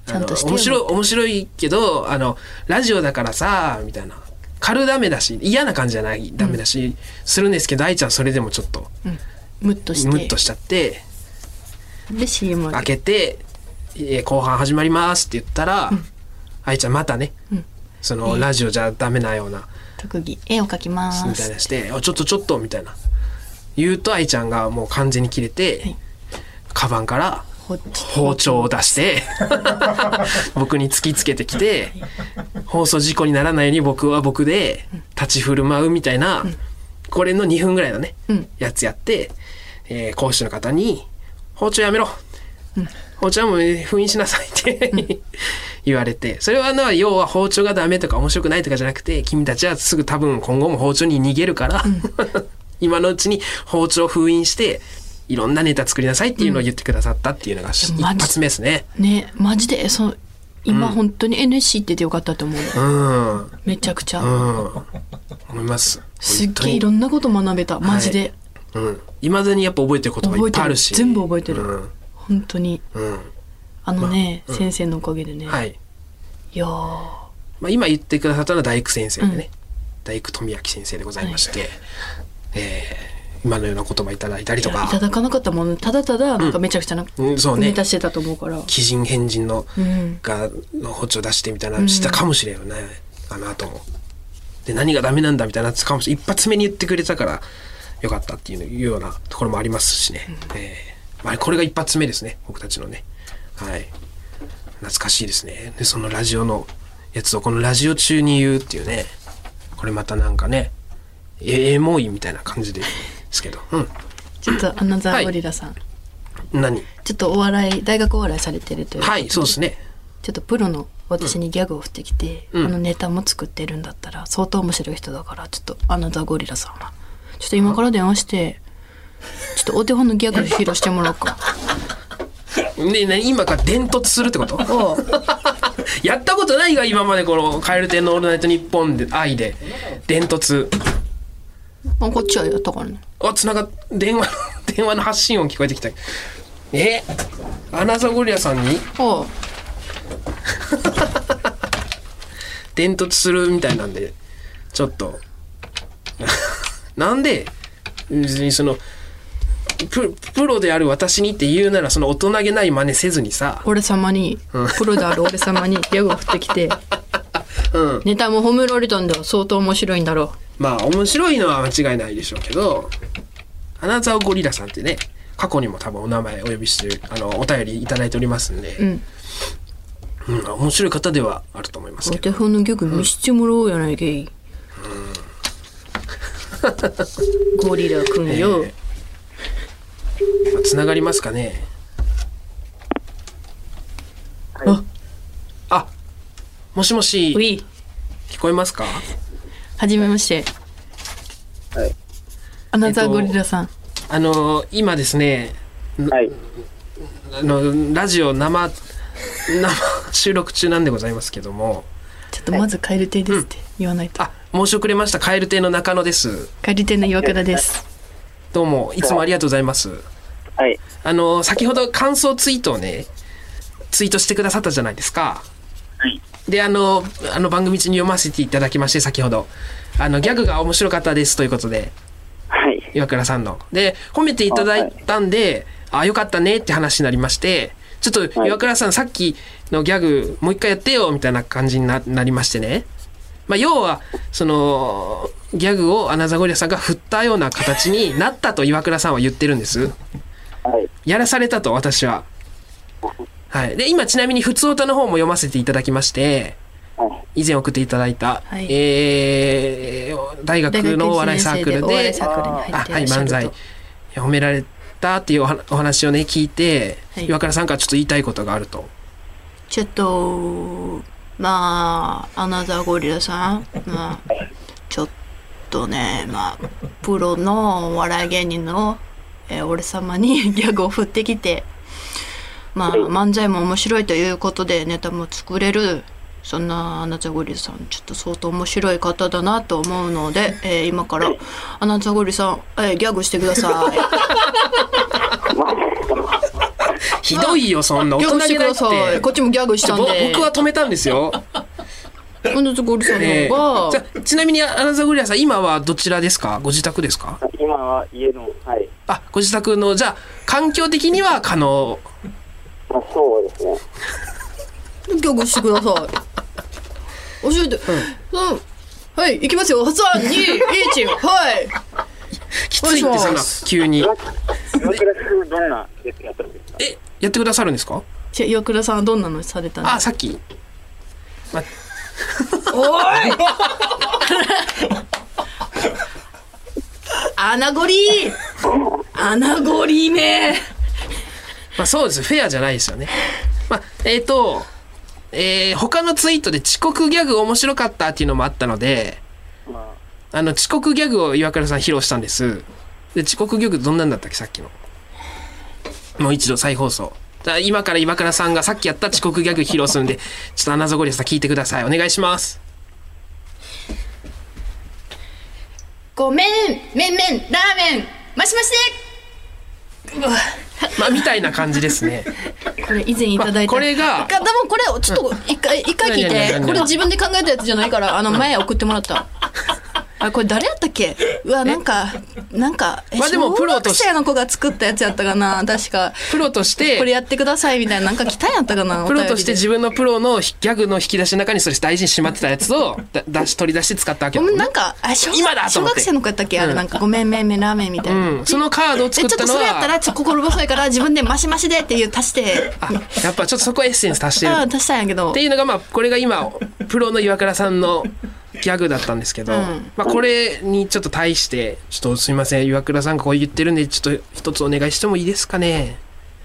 [SPEAKER 2] ちゃんとして
[SPEAKER 1] あの
[SPEAKER 2] よ
[SPEAKER 1] 面白い、面白いけど、あの、ラジオだからさ、みたいな。軽ダメだし、嫌な感じじゃない、ダメだし、するんですけど、愛ちゃんそれでもちょっと、
[SPEAKER 2] ムッとして
[SPEAKER 1] ムッとしちゃって、
[SPEAKER 2] で CM
[SPEAKER 1] 開けて、えー後半始まりますって言ったら、愛ちゃんまたね、その、ラジオじゃダメなような、
[SPEAKER 2] 特技絵を描きま
[SPEAKER 1] みたいなして「あちょっとちょっと」みたいな言うと愛ちゃんがもう完全に切れて、カバンから
[SPEAKER 2] こっち
[SPEAKER 1] 包丁を出して 僕に突きつけてきて放送事故にならないように僕は僕で立ち振る舞うみたいな、これの2分ぐらいのね、
[SPEAKER 2] うん
[SPEAKER 1] やつやって、えー講師の方に「包丁やめろ」包丁はもう封印しなさいって 言われて、それはな、要は包丁がダメとか面白くないとかじゃなくて、君たちはすぐ多分今後も包丁に逃げるから、 今のうちに包丁を封印して、いろんなネタ作りなさいっていうのを言ってくださったっていうのが一
[SPEAKER 2] マジ
[SPEAKER 1] 発目ですね。
[SPEAKER 2] ねマジでそう今本当に NSC っててよかったと思う、
[SPEAKER 1] うん。うん。
[SPEAKER 2] めちゃくちゃ、
[SPEAKER 1] 思います。
[SPEAKER 2] すっげえい
[SPEAKER 1] 本
[SPEAKER 2] ろんなこと学べたマジで、
[SPEAKER 1] 当に。うん。未だにやっぱ覚えてることがいっ
[SPEAKER 2] 覚え
[SPEAKER 1] ぱいあ
[SPEAKER 2] てる
[SPEAKER 1] るし。
[SPEAKER 2] 全部覚えてる、
[SPEAKER 1] うん。
[SPEAKER 2] 本当に
[SPEAKER 1] うん。
[SPEAKER 2] あのね、先生のおかげでね、、
[SPEAKER 1] はいい。
[SPEAKER 2] やー
[SPEAKER 1] まあ、今言ってくださったのは大工先生でね、大工富明先生でございまして、えー今のような言葉いただいたりと
[SPEAKER 2] いた
[SPEAKER 1] か、
[SPEAKER 2] だかなかったもんただただなんかめちゃくちゃな、
[SPEAKER 1] うん、そうね
[SPEAKER 2] ネタしてたと思うから、
[SPEAKER 1] 鬼人変人の、
[SPEAKER 2] うん
[SPEAKER 1] がの包丁出してみたいなのしたかもしれないよね、あの後も。で何がダメなんだみたいなやつかもしれない一発目に言ってくれたからよかったっていういうようなところもありますしね、えーまあ、これが一発目ですね僕たちのねはい懐かしいですねでそのラジオのやつをこのラジオ中に言うっていうねこれまたなんかねえエモいみたいな感じですけどうん
[SPEAKER 2] ちょっとアナザ
[SPEAKER 1] は
[SPEAKER 2] ー
[SPEAKER 1] い
[SPEAKER 2] ゴリラさん、
[SPEAKER 1] 何
[SPEAKER 2] ちょっとお笑い大学お笑いされてるという、
[SPEAKER 1] はいそうですね
[SPEAKER 2] ちょっとプロの私にギャグを振ってきて、あのネタも作ってるんだったら相当面白い人だからちょっとアナザーゴリラさんはちょっと今から電話してちょっとお手本のギャグ披露してもらおうか
[SPEAKER 1] で何今から伝突するってこと
[SPEAKER 2] おう
[SPEAKER 1] やったことないが今までこの「蛙亭のオールナイトニッポン」で愛で伝突
[SPEAKER 2] あこっちはやったからね
[SPEAKER 1] あつながっ電話の 電話の発信音聞こえてきたえアナザゴリラさんに
[SPEAKER 2] おう
[SPEAKER 1] 伝突するみたいなんでちょっと なんで別にそのププロである私にって言うならその大人げない真似せずにさ
[SPEAKER 2] 俺様にプロである俺様にギャグを振ってきて、ネタも褒められたんだよ相当面白いんだろ
[SPEAKER 1] まあ面白いのは間違いないでしょうけど、アナザーゴリラさんってね、過去にも多分お名前お呼びしてる、あの、お便りいただいておりますんで、
[SPEAKER 2] う、うん、
[SPEAKER 1] うん面白い方ではあると思います
[SPEAKER 2] お
[SPEAKER 1] けど。
[SPEAKER 2] 手本のギャグ見してもらおうやないけい、ゴリラくんよ、
[SPEAKER 1] まあ、つながりますかね。
[SPEAKER 2] あ
[SPEAKER 1] あ、もしもし
[SPEAKER 2] う、い
[SPEAKER 1] 聞こえますか
[SPEAKER 2] はじめまして。
[SPEAKER 5] はい。
[SPEAKER 2] アナザーゴリラさん。
[SPEAKER 1] あの、今ですね、
[SPEAKER 5] はい。
[SPEAKER 1] あの、ラジオ生、生収録中なんでございますけども、
[SPEAKER 2] ちょっとまずカエル亭ですって言わないと。
[SPEAKER 1] あ、申し遅れました、カエル亭の中野です。
[SPEAKER 2] カエル亭の岩倉です。
[SPEAKER 1] どうも、いつもありがとうございます。
[SPEAKER 5] はい。
[SPEAKER 1] あの、先ほど感想ツイートをね、ツイートしてくださったじゃないですか。
[SPEAKER 5] はい。
[SPEAKER 1] で、あの、あの番組中に読ませていただきまして、先ほど。あの、ギャグが面白かったですということで、
[SPEAKER 5] はい。
[SPEAKER 1] 岩倉さんの。で、褒めていただいたんで、あ、よかったねって話になりまして、ちょっと
[SPEAKER 5] はい
[SPEAKER 1] 岩倉さん、さっきのギャグもう一回やってよみたいな感じにななりましてね。まあ、要は、その、ギャグをアナザゴリラさんが振ったような形になったと岩倉さんは言ってるんです。
[SPEAKER 5] はい。
[SPEAKER 1] やらされたと、私は。はい。で、今、ちなみに、普通歌の方も読ませていただきまして、
[SPEAKER 5] はい。
[SPEAKER 1] 以前送っていただいた、
[SPEAKER 2] はい
[SPEAKER 1] えー大学のお笑いサークルで
[SPEAKER 2] 大学一年生お笑いサークルに入
[SPEAKER 1] あ
[SPEAKER 2] って
[SPEAKER 1] は
[SPEAKER 2] ら
[SPEAKER 1] い
[SPEAKER 2] っしゃる
[SPEAKER 1] 漫
[SPEAKER 2] と
[SPEAKER 1] 才いや褒められたっていうお話お話をね聞いて、
[SPEAKER 2] はい
[SPEAKER 1] 岩倉さんからちょっと言いたいことがあると
[SPEAKER 2] ちょっとまああなたゴリラさん、まあ、ちょっとねまあプロのお笑い芸人の、えー俺様にギャグを振ってきてまあ漫才も面白いということでネタも作れるそんなあなたゴリラさんちょっと相当面白い方だなと思うので、えー今からあなたゴリラさん、えーギャグしてください。
[SPEAKER 1] ひどいよそんな
[SPEAKER 2] ギ
[SPEAKER 1] 大
[SPEAKER 2] ャ
[SPEAKER 1] 人
[SPEAKER 2] グし
[SPEAKER 1] げ
[SPEAKER 2] てく
[SPEAKER 1] ないっ
[SPEAKER 2] ださい。
[SPEAKER 1] て
[SPEAKER 2] こっちもギャグしたん
[SPEAKER 1] ぼ
[SPEAKER 2] で。
[SPEAKER 1] 僕は止めたんです よ、
[SPEAKER 2] あなたゴリラさん
[SPEAKER 1] え
[SPEAKER 2] の方
[SPEAKER 1] ー
[SPEAKER 2] が
[SPEAKER 1] じゃ。あちなみにアナザーゴリラさん今はどちらですかご自宅ですか
[SPEAKER 5] 今は家の、はい。
[SPEAKER 1] あご自宅のじゃあ環境的には可能
[SPEAKER 5] まあ、そうですね。
[SPEAKER 2] ギャグしてください。教えて。うん。はい、行きますよ。三、二、一、はい。
[SPEAKER 1] きついっ
[SPEAKER 2] お
[SPEAKER 1] てそ
[SPEAKER 2] 願いし
[SPEAKER 1] ん
[SPEAKER 2] ま
[SPEAKER 1] な
[SPEAKER 2] す
[SPEAKER 1] 急に
[SPEAKER 5] 岩倉さんはどんなやつやったんですか
[SPEAKER 1] えやってくださるんですか
[SPEAKER 2] じゃ、岩倉さん、どんなのされたん
[SPEAKER 1] あ
[SPEAKER 2] で
[SPEAKER 1] さっき
[SPEAKER 2] すか。おい。アナゴリー。アナゴリーめ。
[SPEAKER 1] まあそうです。フェアじゃないですよね。まあ、えっ、と、えー他のツイートで遅刻ギャグ面白かったっていうのもあったので、
[SPEAKER 5] ま
[SPEAKER 1] あの、遅刻ギャグを岩倉さん披露したんです。で、遅刻ギャグどんなんだったっけさっきの。もう一度再放送。じゃあ今から岩倉さんがさっきやった遅刻ギャグ披露するんで、ちょっとアナザゴリラさん聞いてください。お願いします。
[SPEAKER 2] ごめん、めんめん、ラーメン。マシマシで。うわ
[SPEAKER 1] まあ、みたいな感じですね。
[SPEAKER 2] これ以前いただいた、
[SPEAKER 1] これが
[SPEAKER 2] でもこれちょっと 一回一回聞い
[SPEAKER 1] 何々
[SPEAKER 2] て
[SPEAKER 1] 何々
[SPEAKER 2] これ自分で考えたやつじゃないからあの前送ってもらったあこれ誰やったっけうわなんかなんかえ
[SPEAKER 1] まあでもプロとし
[SPEAKER 2] 小学生の子が作ったやつやったかな確か
[SPEAKER 1] プロとし
[SPEAKER 2] これ
[SPEAKER 1] て、
[SPEAKER 2] やってくださいみたいななんか来たんやったか な
[SPEAKER 1] プロとして
[SPEAKER 2] お便りで
[SPEAKER 1] 自分のプロのギャグの引き出しの中にそれ大事にしまってたやつをだ出し取り出して使ったわけ
[SPEAKER 2] ご
[SPEAKER 1] だもん
[SPEAKER 2] めん
[SPEAKER 1] ね
[SPEAKER 2] なんかあ小学
[SPEAKER 1] 今だと
[SPEAKER 2] 小
[SPEAKER 1] 思って
[SPEAKER 2] 学生の子やったっけあれなんかごめんめんめんラーメンみたいな、
[SPEAKER 1] うん、そのカードを
[SPEAKER 2] えち
[SPEAKER 1] 作
[SPEAKER 2] ょ
[SPEAKER 1] っ
[SPEAKER 2] ったと
[SPEAKER 1] の
[SPEAKER 2] それやった
[SPEAKER 1] は
[SPEAKER 2] らちょっと心細いから自分でマシマシでっていう足して
[SPEAKER 1] あやっぱちょっとそこエッセンス足してる
[SPEAKER 2] あ
[SPEAKER 1] っ
[SPEAKER 2] 足したんやけど
[SPEAKER 1] ていうのがまあこれが今プロの岩倉さんのギャグだったんですけど、
[SPEAKER 2] うん
[SPEAKER 1] まあ、これにちょっと対して「ちょっとすいません岩倉さんこう言ってるんでちょっと一つお願いしてもいいですかね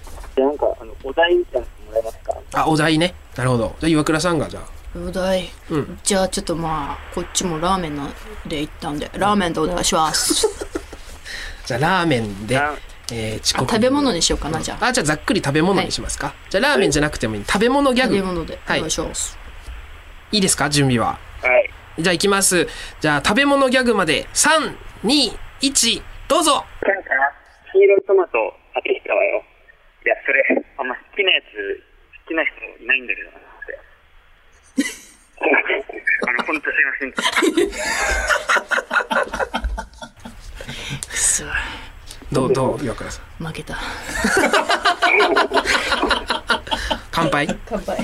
[SPEAKER 5] あ、で、なんか、あの、お題みたいなのもらえますか」
[SPEAKER 1] あお題ねなるほどじゃあ岩倉さんがじゃあ
[SPEAKER 2] お題、
[SPEAKER 1] うん
[SPEAKER 2] じゃあちょっとまあこっちもラーメンので行ったんでラーメンでお願いします
[SPEAKER 1] じゃあラーメンで
[SPEAKER 5] ラー、
[SPEAKER 1] えー、遅
[SPEAKER 2] あ
[SPEAKER 1] 刻
[SPEAKER 2] 食べ物にしようかなじゃあ
[SPEAKER 1] あじゃあざっくり食べ物にしますか、じゃあラーメンじゃなくてもいい食べ物ギャグ
[SPEAKER 2] 食べ物でお
[SPEAKER 1] はい
[SPEAKER 2] 願いします、
[SPEAKER 1] いいですか準備は
[SPEAKER 5] はい。
[SPEAKER 1] じゃあ行きます。じゃあ食べ物ギャグまで3、2、1、どうぞ
[SPEAKER 5] なんか、黄色いトマト買ってきたわよ。いや、それ、あんま好きなやつ、好きな人いないんだけどなって。あの、ほんとすいません。
[SPEAKER 2] くそ
[SPEAKER 1] どう、どう岩倉さん。
[SPEAKER 2] 負けた
[SPEAKER 1] 乾杯
[SPEAKER 2] 乾杯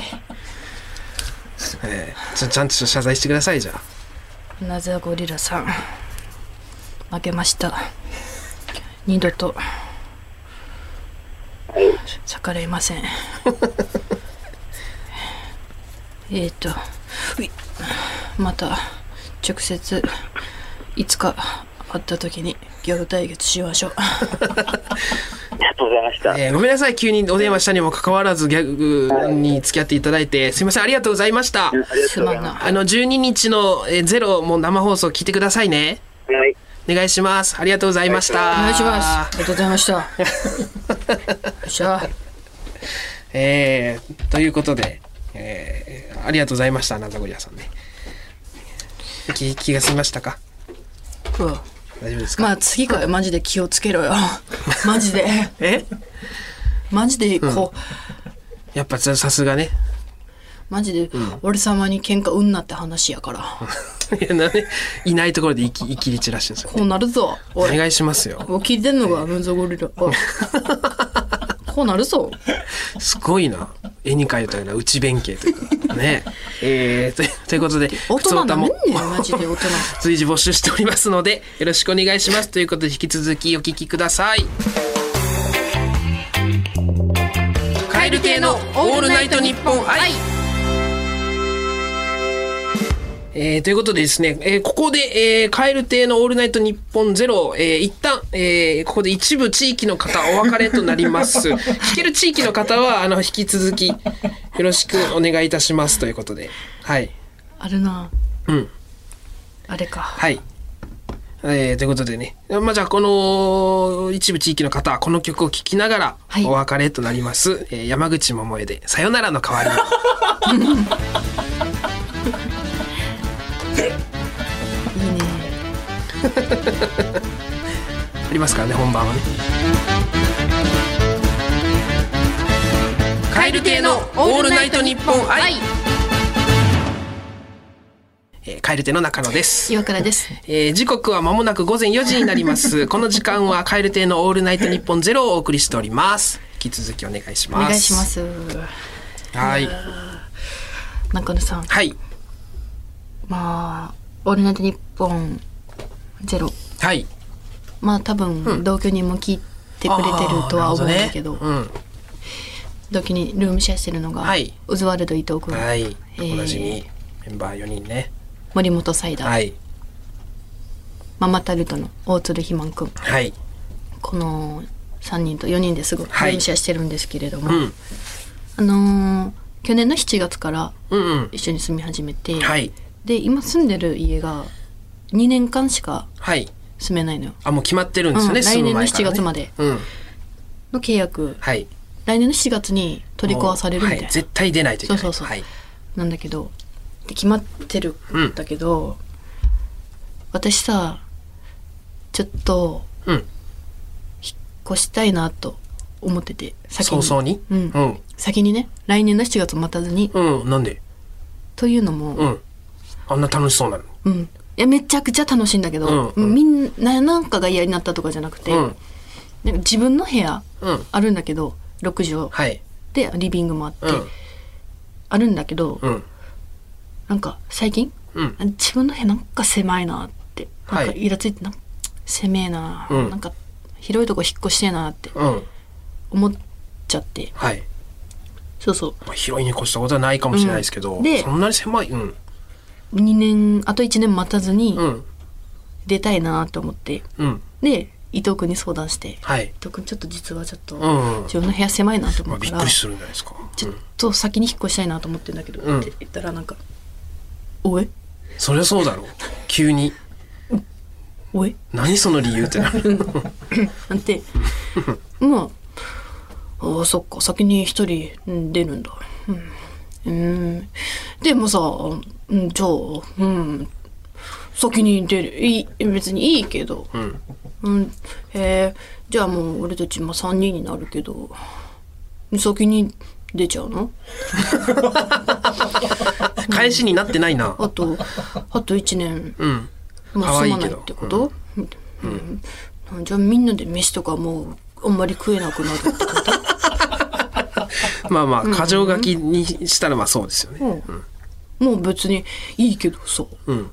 [SPEAKER 1] えー、ちょちゃんと謝罪してください、じゃあ。
[SPEAKER 2] なぜゴリラさん負けました二度と逆らいません えっとういまた直接いつか会った時にギャグ対決しましょう
[SPEAKER 5] ありがとうございました。
[SPEAKER 1] えーごめんなさい、急にお電話したにもかかわらずギャグに付き合っていただいて、すいません、ありがとうございました。
[SPEAKER 2] すまんな
[SPEAKER 1] あの、12日の、えーゼロも生放送聞いてくださいね。
[SPEAKER 5] はい。
[SPEAKER 1] お願いします。ありがとうございました。
[SPEAKER 2] お願いしますありがとうございましたよっしゃ
[SPEAKER 1] えー、ということで、えー、ありがとうございました、ナザゴリラさんね。気、気が済みましたか
[SPEAKER 2] うわ
[SPEAKER 1] 大丈夫ですか、
[SPEAKER 2] まあ次からマジで気をつけろよマジで
[SPEAKER 1] え
[SPEAKER 2] マジでこう、
[SPEAKER 1] やっぱささすがね。
[SPEAKER 2] マジで俺様に喧嘩うんなって話やから、
[SPEAKER 1] いやなねいないところで生き生きり散らしてるんですよ。
[SPEAKER 2] こうなるぞ
[SPEAKER 1] お
[SPEAKER 2] おい
[SPEAKER 1] 願いしますよ。
[SPEAKER 2] おい聞いてんのかムンゾゴリラおいこうなるぞ
[SPEAKER 1] すごいな。絵に描いたような内弁慶というか。 ね。えー、とということで、
[SPEAKER 2] 大
[SPEAKER 1] 普通
[SPEAKER 2] 人
[SPEAKER 1] 歌
[SPEAKER 2] なめん
[SPEAKER 1] も
[SPEAKER 2] ねんマジで大人
[SPEAKER 1] 随時募集しておりますので、よろしくお願いします。ということで、引き続きお聞きください。カエル亭のオールナイトニッポン愛。えーということでですね、えーここで、えー、カエル亭のオールナイト日本ゼロ、えー一旦、えーここで一部地域の方お別れとなります。聞ける地域の方は、あの、引き続き、よろしくお願いいたしますということで。はい。
[SPEAKER 2] あるな
[SPEAKER 1] うん。
[SPEAKER 2] あれか
[SPEAKER 1] はい。えーということでね。まあ、じゃあ、この、一部地域の方は、この曲を聴きながら
[SPEAKER 2] はい、
[SPEAKER 1] お別れとなります。えー山口百恵で、さよならの代わりに。
[SPEAKER 2] いいね
[SPEAKER 1] ありますからね本番はねカエル亭のオールナイトニッポン愛、えー、カエル亭の中野です、
[SPEAKER 2] 岩倉です
[SPEAKER 1] えー、時刻は間もなく午前4時になります この時間はカエル亭のオールナイトニッポンゼロをお送りしております引き続きお願いし
[SPEAKER 2] お
[SPEAKER 1] ます
[SPEAKER 2] 願いします
[SPEAKER 1] はい
[SPEAKER 2] 中野さん
[SPEAKER 1] はい
[SPEAKER 2] まあ「オールナイトニッポンゼロ
[SPEAKER 1] はい
[SPEAKER 2] まあ多分同居人も聞いてくれてるとは思うんだけど
[SPEAKER 1] あーなるほね
[SPEAKER 2] 同居人ルームシェアしてるのが、
[SPEAKER 1] はい
[SPEAKER 2] ウズワルド伊藤
[SPEAKER 1] う
[SPEAKER 2] 君、
[SPEAKER 1] んはい
[SPEAKER 2] え
[SPEAKER 1] お
[SPEAKER 2] ー
[SPEAKER 1] なじみメンバー4人ね
[SPEAKER 2] 森本サイダー、
[SPEAKER 1] はい
[SPEAKER 2] ママタルトの大鶴ひまん君
[SPEAKER 1] はい
[SPEAKER 2] この3人と4人ですごくル
[SPEAKER 1] はい
[SPEAKER 2] ームシェアしてるんですけれども、
[SPEAKER 1] うん
[SPEAKER 2] あのー去年の7月から
[SPEAKER 1] うんうん
[SPEAKER 2] 一緒に住み始めて、
[SPEAKER 1] はい
[SPEAKER 2] で今住んでる家が2年間しか
[SPEAKER 1] はい
[SPEAKER 2] 住めないのよ
[SPEAKER 1] あもう決まってるんですよね、
[SPEAKER 2] うん
[SPEAKER 1] 住む前からね
[SPEAKER 2] 来年の7月まで
[SPEAKER 1] うん
[SPEAKER 2] の契約
[SPEAKER 1] はい
[SPEAKER 2] 来年の7月に取り壊されるみたいな、
[SPEAKER 1] は絶対出ないといけない
[SPEAKER 2] そうそうそう
[SPEAKER 1] はい、
[SPEAKER 2] なんだけどで決まってる
[SPEAKER 1] うん
[SPEAKER 2] んだけど、私さちょっと
[SPEAKER 1] うん
[SPEAKER 2] 越したいなと思ってて先
[SPEAKER 1] 早
[SPEAKER 2] に
[SPEAKER 1] 々に
[SPEAKER 2] うん
[SPEAKER 1] うん、
[SPEAKER 2] 先にね来年の7月を待たずに、
[SPEAKER 1] うん、なんで
[SPEAKER 2] というのも、
[SPEAKER 1] うんあんな楽しそうなの
[SPEAKER 2] うんいやめちゃくちゃ楽しいんだけど、
[SPEAKER 1] うんうん
[SPEAKER 2] みんななんかが嫌になったとかじゃなくて、
[SPEAKER 1] うん
[SPEAKER 2] なんか自分の部屋
[SPEAKER 1] うん
[SPEAKER 2] あるんだけど6畳
[SPEAKER 1] はい
[SPEAKER 2] でリビングもあって、
[SPEAKER 1] うん
[SPEAKER 2] あるんだけど、
[SPEAKER 1] うん
[SPEAKER 2] なんか最近
[SPEAKER 1] うん
[SPEAKER 2] 自分の部屋なんか狭いなって
[SPEAKER 1] は
[SPEAKER 2] ないんかイラついてなんか狭えな、
[SPEAKER 1] うん
[SPEAKER 2] なんか広いとこ引っ越してえなって
[SPEAKER 1] うん
[SPEAKER 2] 思っちゃって
[SPEAKER 1] はい、
[SPEAKER 2] そうそう
[SPEAKER 1] まあ、広いに越したことはないかもしれないですけど、
[SPEAKER 2] うんで
[SPEAKER 1] そんなに狭いうん
[SPEAKER 2] 2年あと1年待たずに
[SPEAKER 1] うん
[SPEAKER 2] 出たいなと思って、
[SPEAKER 1] うん
[SPEAKER 2] で伊藤君に相談して、
[SPEAKER 1] はい
[SPEAKER 2] 伊藤君ちょっと実はちょっと
[SPEAKER 1] うんうん
[SPEAKER 2] 自分の部屋狭いなと
[SPEAKER 1] ま
[SPEAKER 2] 思
[SPEAKER 1] あ、
[SPEAKER 2] う
[SPEAKER 1] び
[SPEAKER 2] か
[SPEAKER 1] っ
[SPEAKER 2] ら、
[SPEAKER 1] くりするんじゃないですか、
[SPEAKER 2] ち
[SPEAKER 1] う
[SPEAKER 2] ょっ
[SPEAKER 1] ん、
[SPEAKER 2] と先に引っ越したいなと思ってんだけど、
[SPEAKER 1] うん
[SPEAKER 2] って言ったらなんか「おえ
[SPEAKER 1] そりゃそうだろう急に
[SPEAKER 2] おえ?」
[SPEAKER 1] 何その理由ってな る
[SPEAKER 2] なんてまあああそっか先に一人うん出るんだうん、うん、でもさ、うん、じゃあうん先に出るいい別にいいけど
[SPEAKER 1] ん
[SPEAKER 2] うん、へえじゃあもう俺たち今3人になるけど先に出ちゃうの
[SPEAKER 1] 返しになってないな
[SPEAKER 2] あ とあと1年
[SPEAKER 1] うん
[SPEAKER 2] ま
[SPEAKER 1] 可
[SPEAKER 2] あ、
[SPEAKER 1] 愛い
[SPEAKER 2] 住まないってことうんうんじゃあみんなで飯とかもうあんまり食えなくなるってこと
[SPEAKER 1] まあまあ箇条書きにしたらまあそうですよね、
[SPEAKER 2] もう別にいいけどさ
[SPEAKER 1] うん。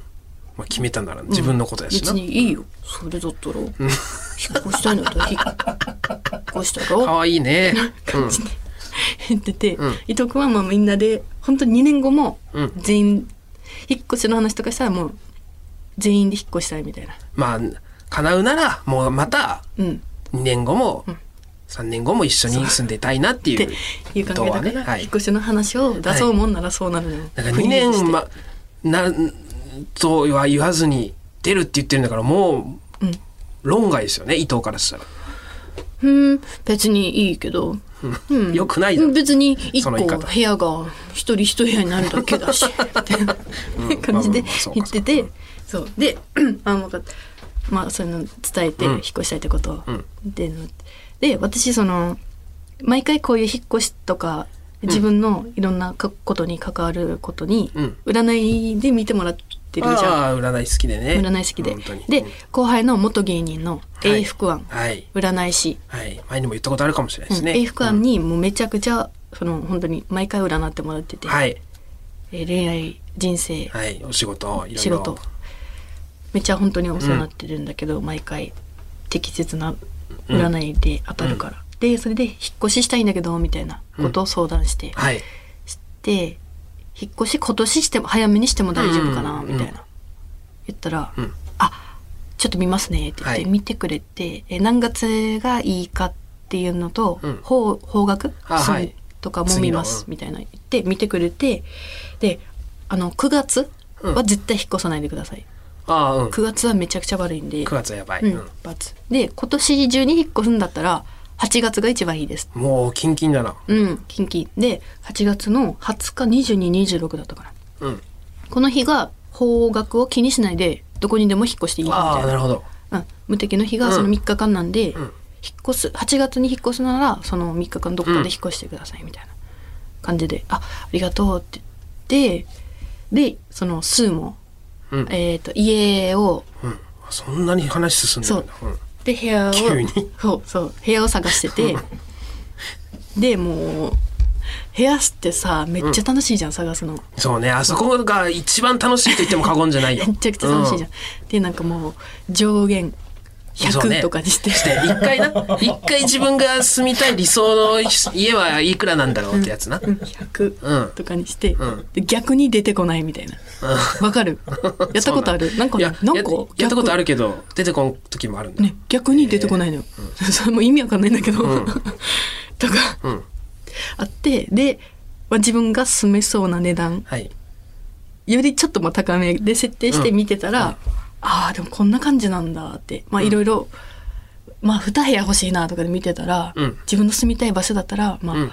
[SPEAKER 1] まあ、決めたなら自分のことやしな。
[SPEAKER 2] 別にいいよそれだったら引っ越したいんだっ たら引っ越したら
[SPEAKER 1] かわいい ね。
[SPEAKER 2] 言ってて、伊藤君はまあみんなで本当に2年後も
[SPEAKER 1] うん
[SPEAKER 2] 全員引っ越しの話とかしたらもう全員で引っ越したいみたいな
[SPEAKER 1] まあ、叶うなら、もうまた、
[SPEAKER 2] うん
[SPEAKER 1] 2年後も、3年後も一緒に住んでたいなって
[SPEAKER 2] って
[SPEAKER 1] いう。
[SPEAKER 2] いう考
[SPEAKER 1] こ
[SPEAKER 2] えだ
[SPEAKER 1] と
[SPEAKER 2] か
[SPEAKER 1] はね
[SPEAKER 2] ら、
[SPEAKER 1] はい
[SPEAKER 2] 引っ越しの話を出そうもんならそうなるのよ、
[SPEAKER 1] だから2年、ま、なん、とは言わずに、出るって言ってるんだから、もう、論外ですよね、伊藤からしたら。
[SPEAKER 2] うん別にいいけど
[SPEAKER 1] よくないだろ。
[SPEAKER 2] 別に一
[SPEAKER 1] そ
[SPEAKER 2] 個
[SPEAKER 1] の
[SPEAKER 2] 部
[SPEAKER 1] 言い方
[SPEAKER 2] 屋が一人一部屋になるだけ だしみたいな 感じで
[SPEAKER 1] まあまあまあそうか
[SPEAKER 2] 言っててそうで あ分かったまあそういうの伝えて
[SPEAKER 1] うん
[SPEAKER 2] 引っ越したいってことを、
[SPEAKER 1] ん
[SPEAKER 2] でで私その毎回こういう引っ越しとか自分のいろんなかことに関わることに、
[SPEAKER 1] うん
[SPEAKER 2] 占いで見てもらってるじゃん
[SPEAKER 1] ああ、占い好きでね。
[SPEAKER 2] 占い好きで
[SPEAKER 1] 本当に。
[SPEAKER 2] で後輩の元芸人の
[SPEAKER 1] は
[SPEAKER 2] A
[SPEAKER 1] い
[SPEAKER 2] 福庵、
[SPEAKER 1] はい。
[SPEAKER 2] 占い師
[SPEAKER 1] はい。前にも言ったことあるかもしれないですね。
[SPEAKER 2] うん、A 福庵にもうめちゃくちゃその本当に毎回占ってもらってて、
[SPEAKER 1] はい。
[SPEAKER 2] えー恋愛人生、
[SPEAKER 1] はい。お仕事、いろいろ。
[SPEAKER 2] 仕事めっちゃ本当にお世話になってるんだけど、毎回適切な占いで当たるから、でそれで引っ越ししたいんだけどみたいなことを相談して、
[SPEAKER 1] はい。
[SPEAKER 2] して引っ越し今年しても早めにしても大丈夫かな
[SPEAKER 1] うん
[SPEAKER 2] みたいな言ったら
[SPEAKER 1] うん
[SPEAKER 2] 「あちょっと見ますね」って言っ
[SPEAKER 1] はい
[SPEAKER 2] て見てくれてえ何月がいいかっていうのと
[SPEAKER 1] うん
[SPEAKER 2] 方方角
[SPEAKER 1] あ
[SPEAKER 2] 住
[SPEAKER 1] はい
[SPEAKER 2] とかも見ます
[SPEAKER 1] 次
[SPEAKER 2] みたいな言って見てくれてであの9月は絶対引っ越さないでください
[SPEAKER 1] ああ、うん。9
[SPEAKER 2] 9月はめちゃくちゃ悪いんで
[SPEAKER 1] 月はやばい。
[SPEAKER 2] う
[SPEAKER 1] うんん。
[SPEAKER 2] ×で今年中に引っ越すんだったら8月が一番いいです
[SPEAKER 1] もう、キンキンだな。
[SPEAKER 2] うん、近畿で8月の20日2226だったかな
[SPEAKER 1] うん。
[SPEAKER 2] この日が方角を気にしないでどこにでも引っ越していいよみ
[SPEAKER 1] あ
[SPEAKER 2] た
[SPEAKER 1] あ、
[SPEAKER 2] い
[SPEAKER 1] な
[SPEAKER 2] な
[SPEAKER 1] るほど。
[SPEAKER 2] うん、無敵の日がその
[SPEAKER 1] うん
[SPEAKER 2] 3日間なん
[SPEAKER 1] ん
[SPEAKER 2] で、引っ越す8月に引っ越すならその3日間どっかで引っ越してくださいみたいな感じで「あありがとう」って言ってでその数も、
[SPEAKER 1] うん
[SPEAKER 2] えー、と家を
[SPEAKER 1] うん。そんなに話進んでるんだ。うん。
[SPEAKER 2] で部屋を
[SPEAKER 1] 急に
[SPEAKER 2] そうそう部屋を探しててでもう部屋ってさめっちゃ楽しいじゃん、探すのめ
[SPEAKER 1] そうね、あそこが一番楽しいと言っても過言じゃ ないよ。
[SPEAKER 2] ちゃくちゃ楽しいじゃん、
[SPEAKER 1] う
[SPEAKER 2] でなんかもう上限
[SPEAKER 1] そうね
[SPEAKER 2] 100とかにして、
[SPEAKER 1] して一回な一回自分が住みたい理想の家はいくらなんだろうってやつな、
[SPEAKER 2] うん100とかにして、
[SPEAKER 1] ん
[SPEAKER 2] で逆に出てこないみたいなわ、かるやったことあるなんか
[SPEAKER 1] い
[SPEAKER 2] ね
[SPEAKER 1] や
[SPEAKER 2] なんか
[SPEAKER 1] ややったことあ
[SPEAKER 2] る
[SPEAKER 1] るけど出てこん時もあるんだ、
[SPEAKER 2] ね逆に出てこないのよ、そ れも意味わかんないんだけど、
[SPEAKER 1] うん
[SPEAKER 2] とか
[SPEAKER 1] うん
[SPEAKER 2] あってで、まあ、自分が住めそうな値段
[SPEAKER 1] はい
[SPEAKER 2] よりちょっとまあ高めで設定して見てたら、ああでもこんな感じなんだってまあいろいろまあ2部屋欲しいなとかで見てたら、
[SPEAKER 1] うん
[SPEAKER 2] 自分の住みたい場所だったらまあ、
[SPEAKER 1] うん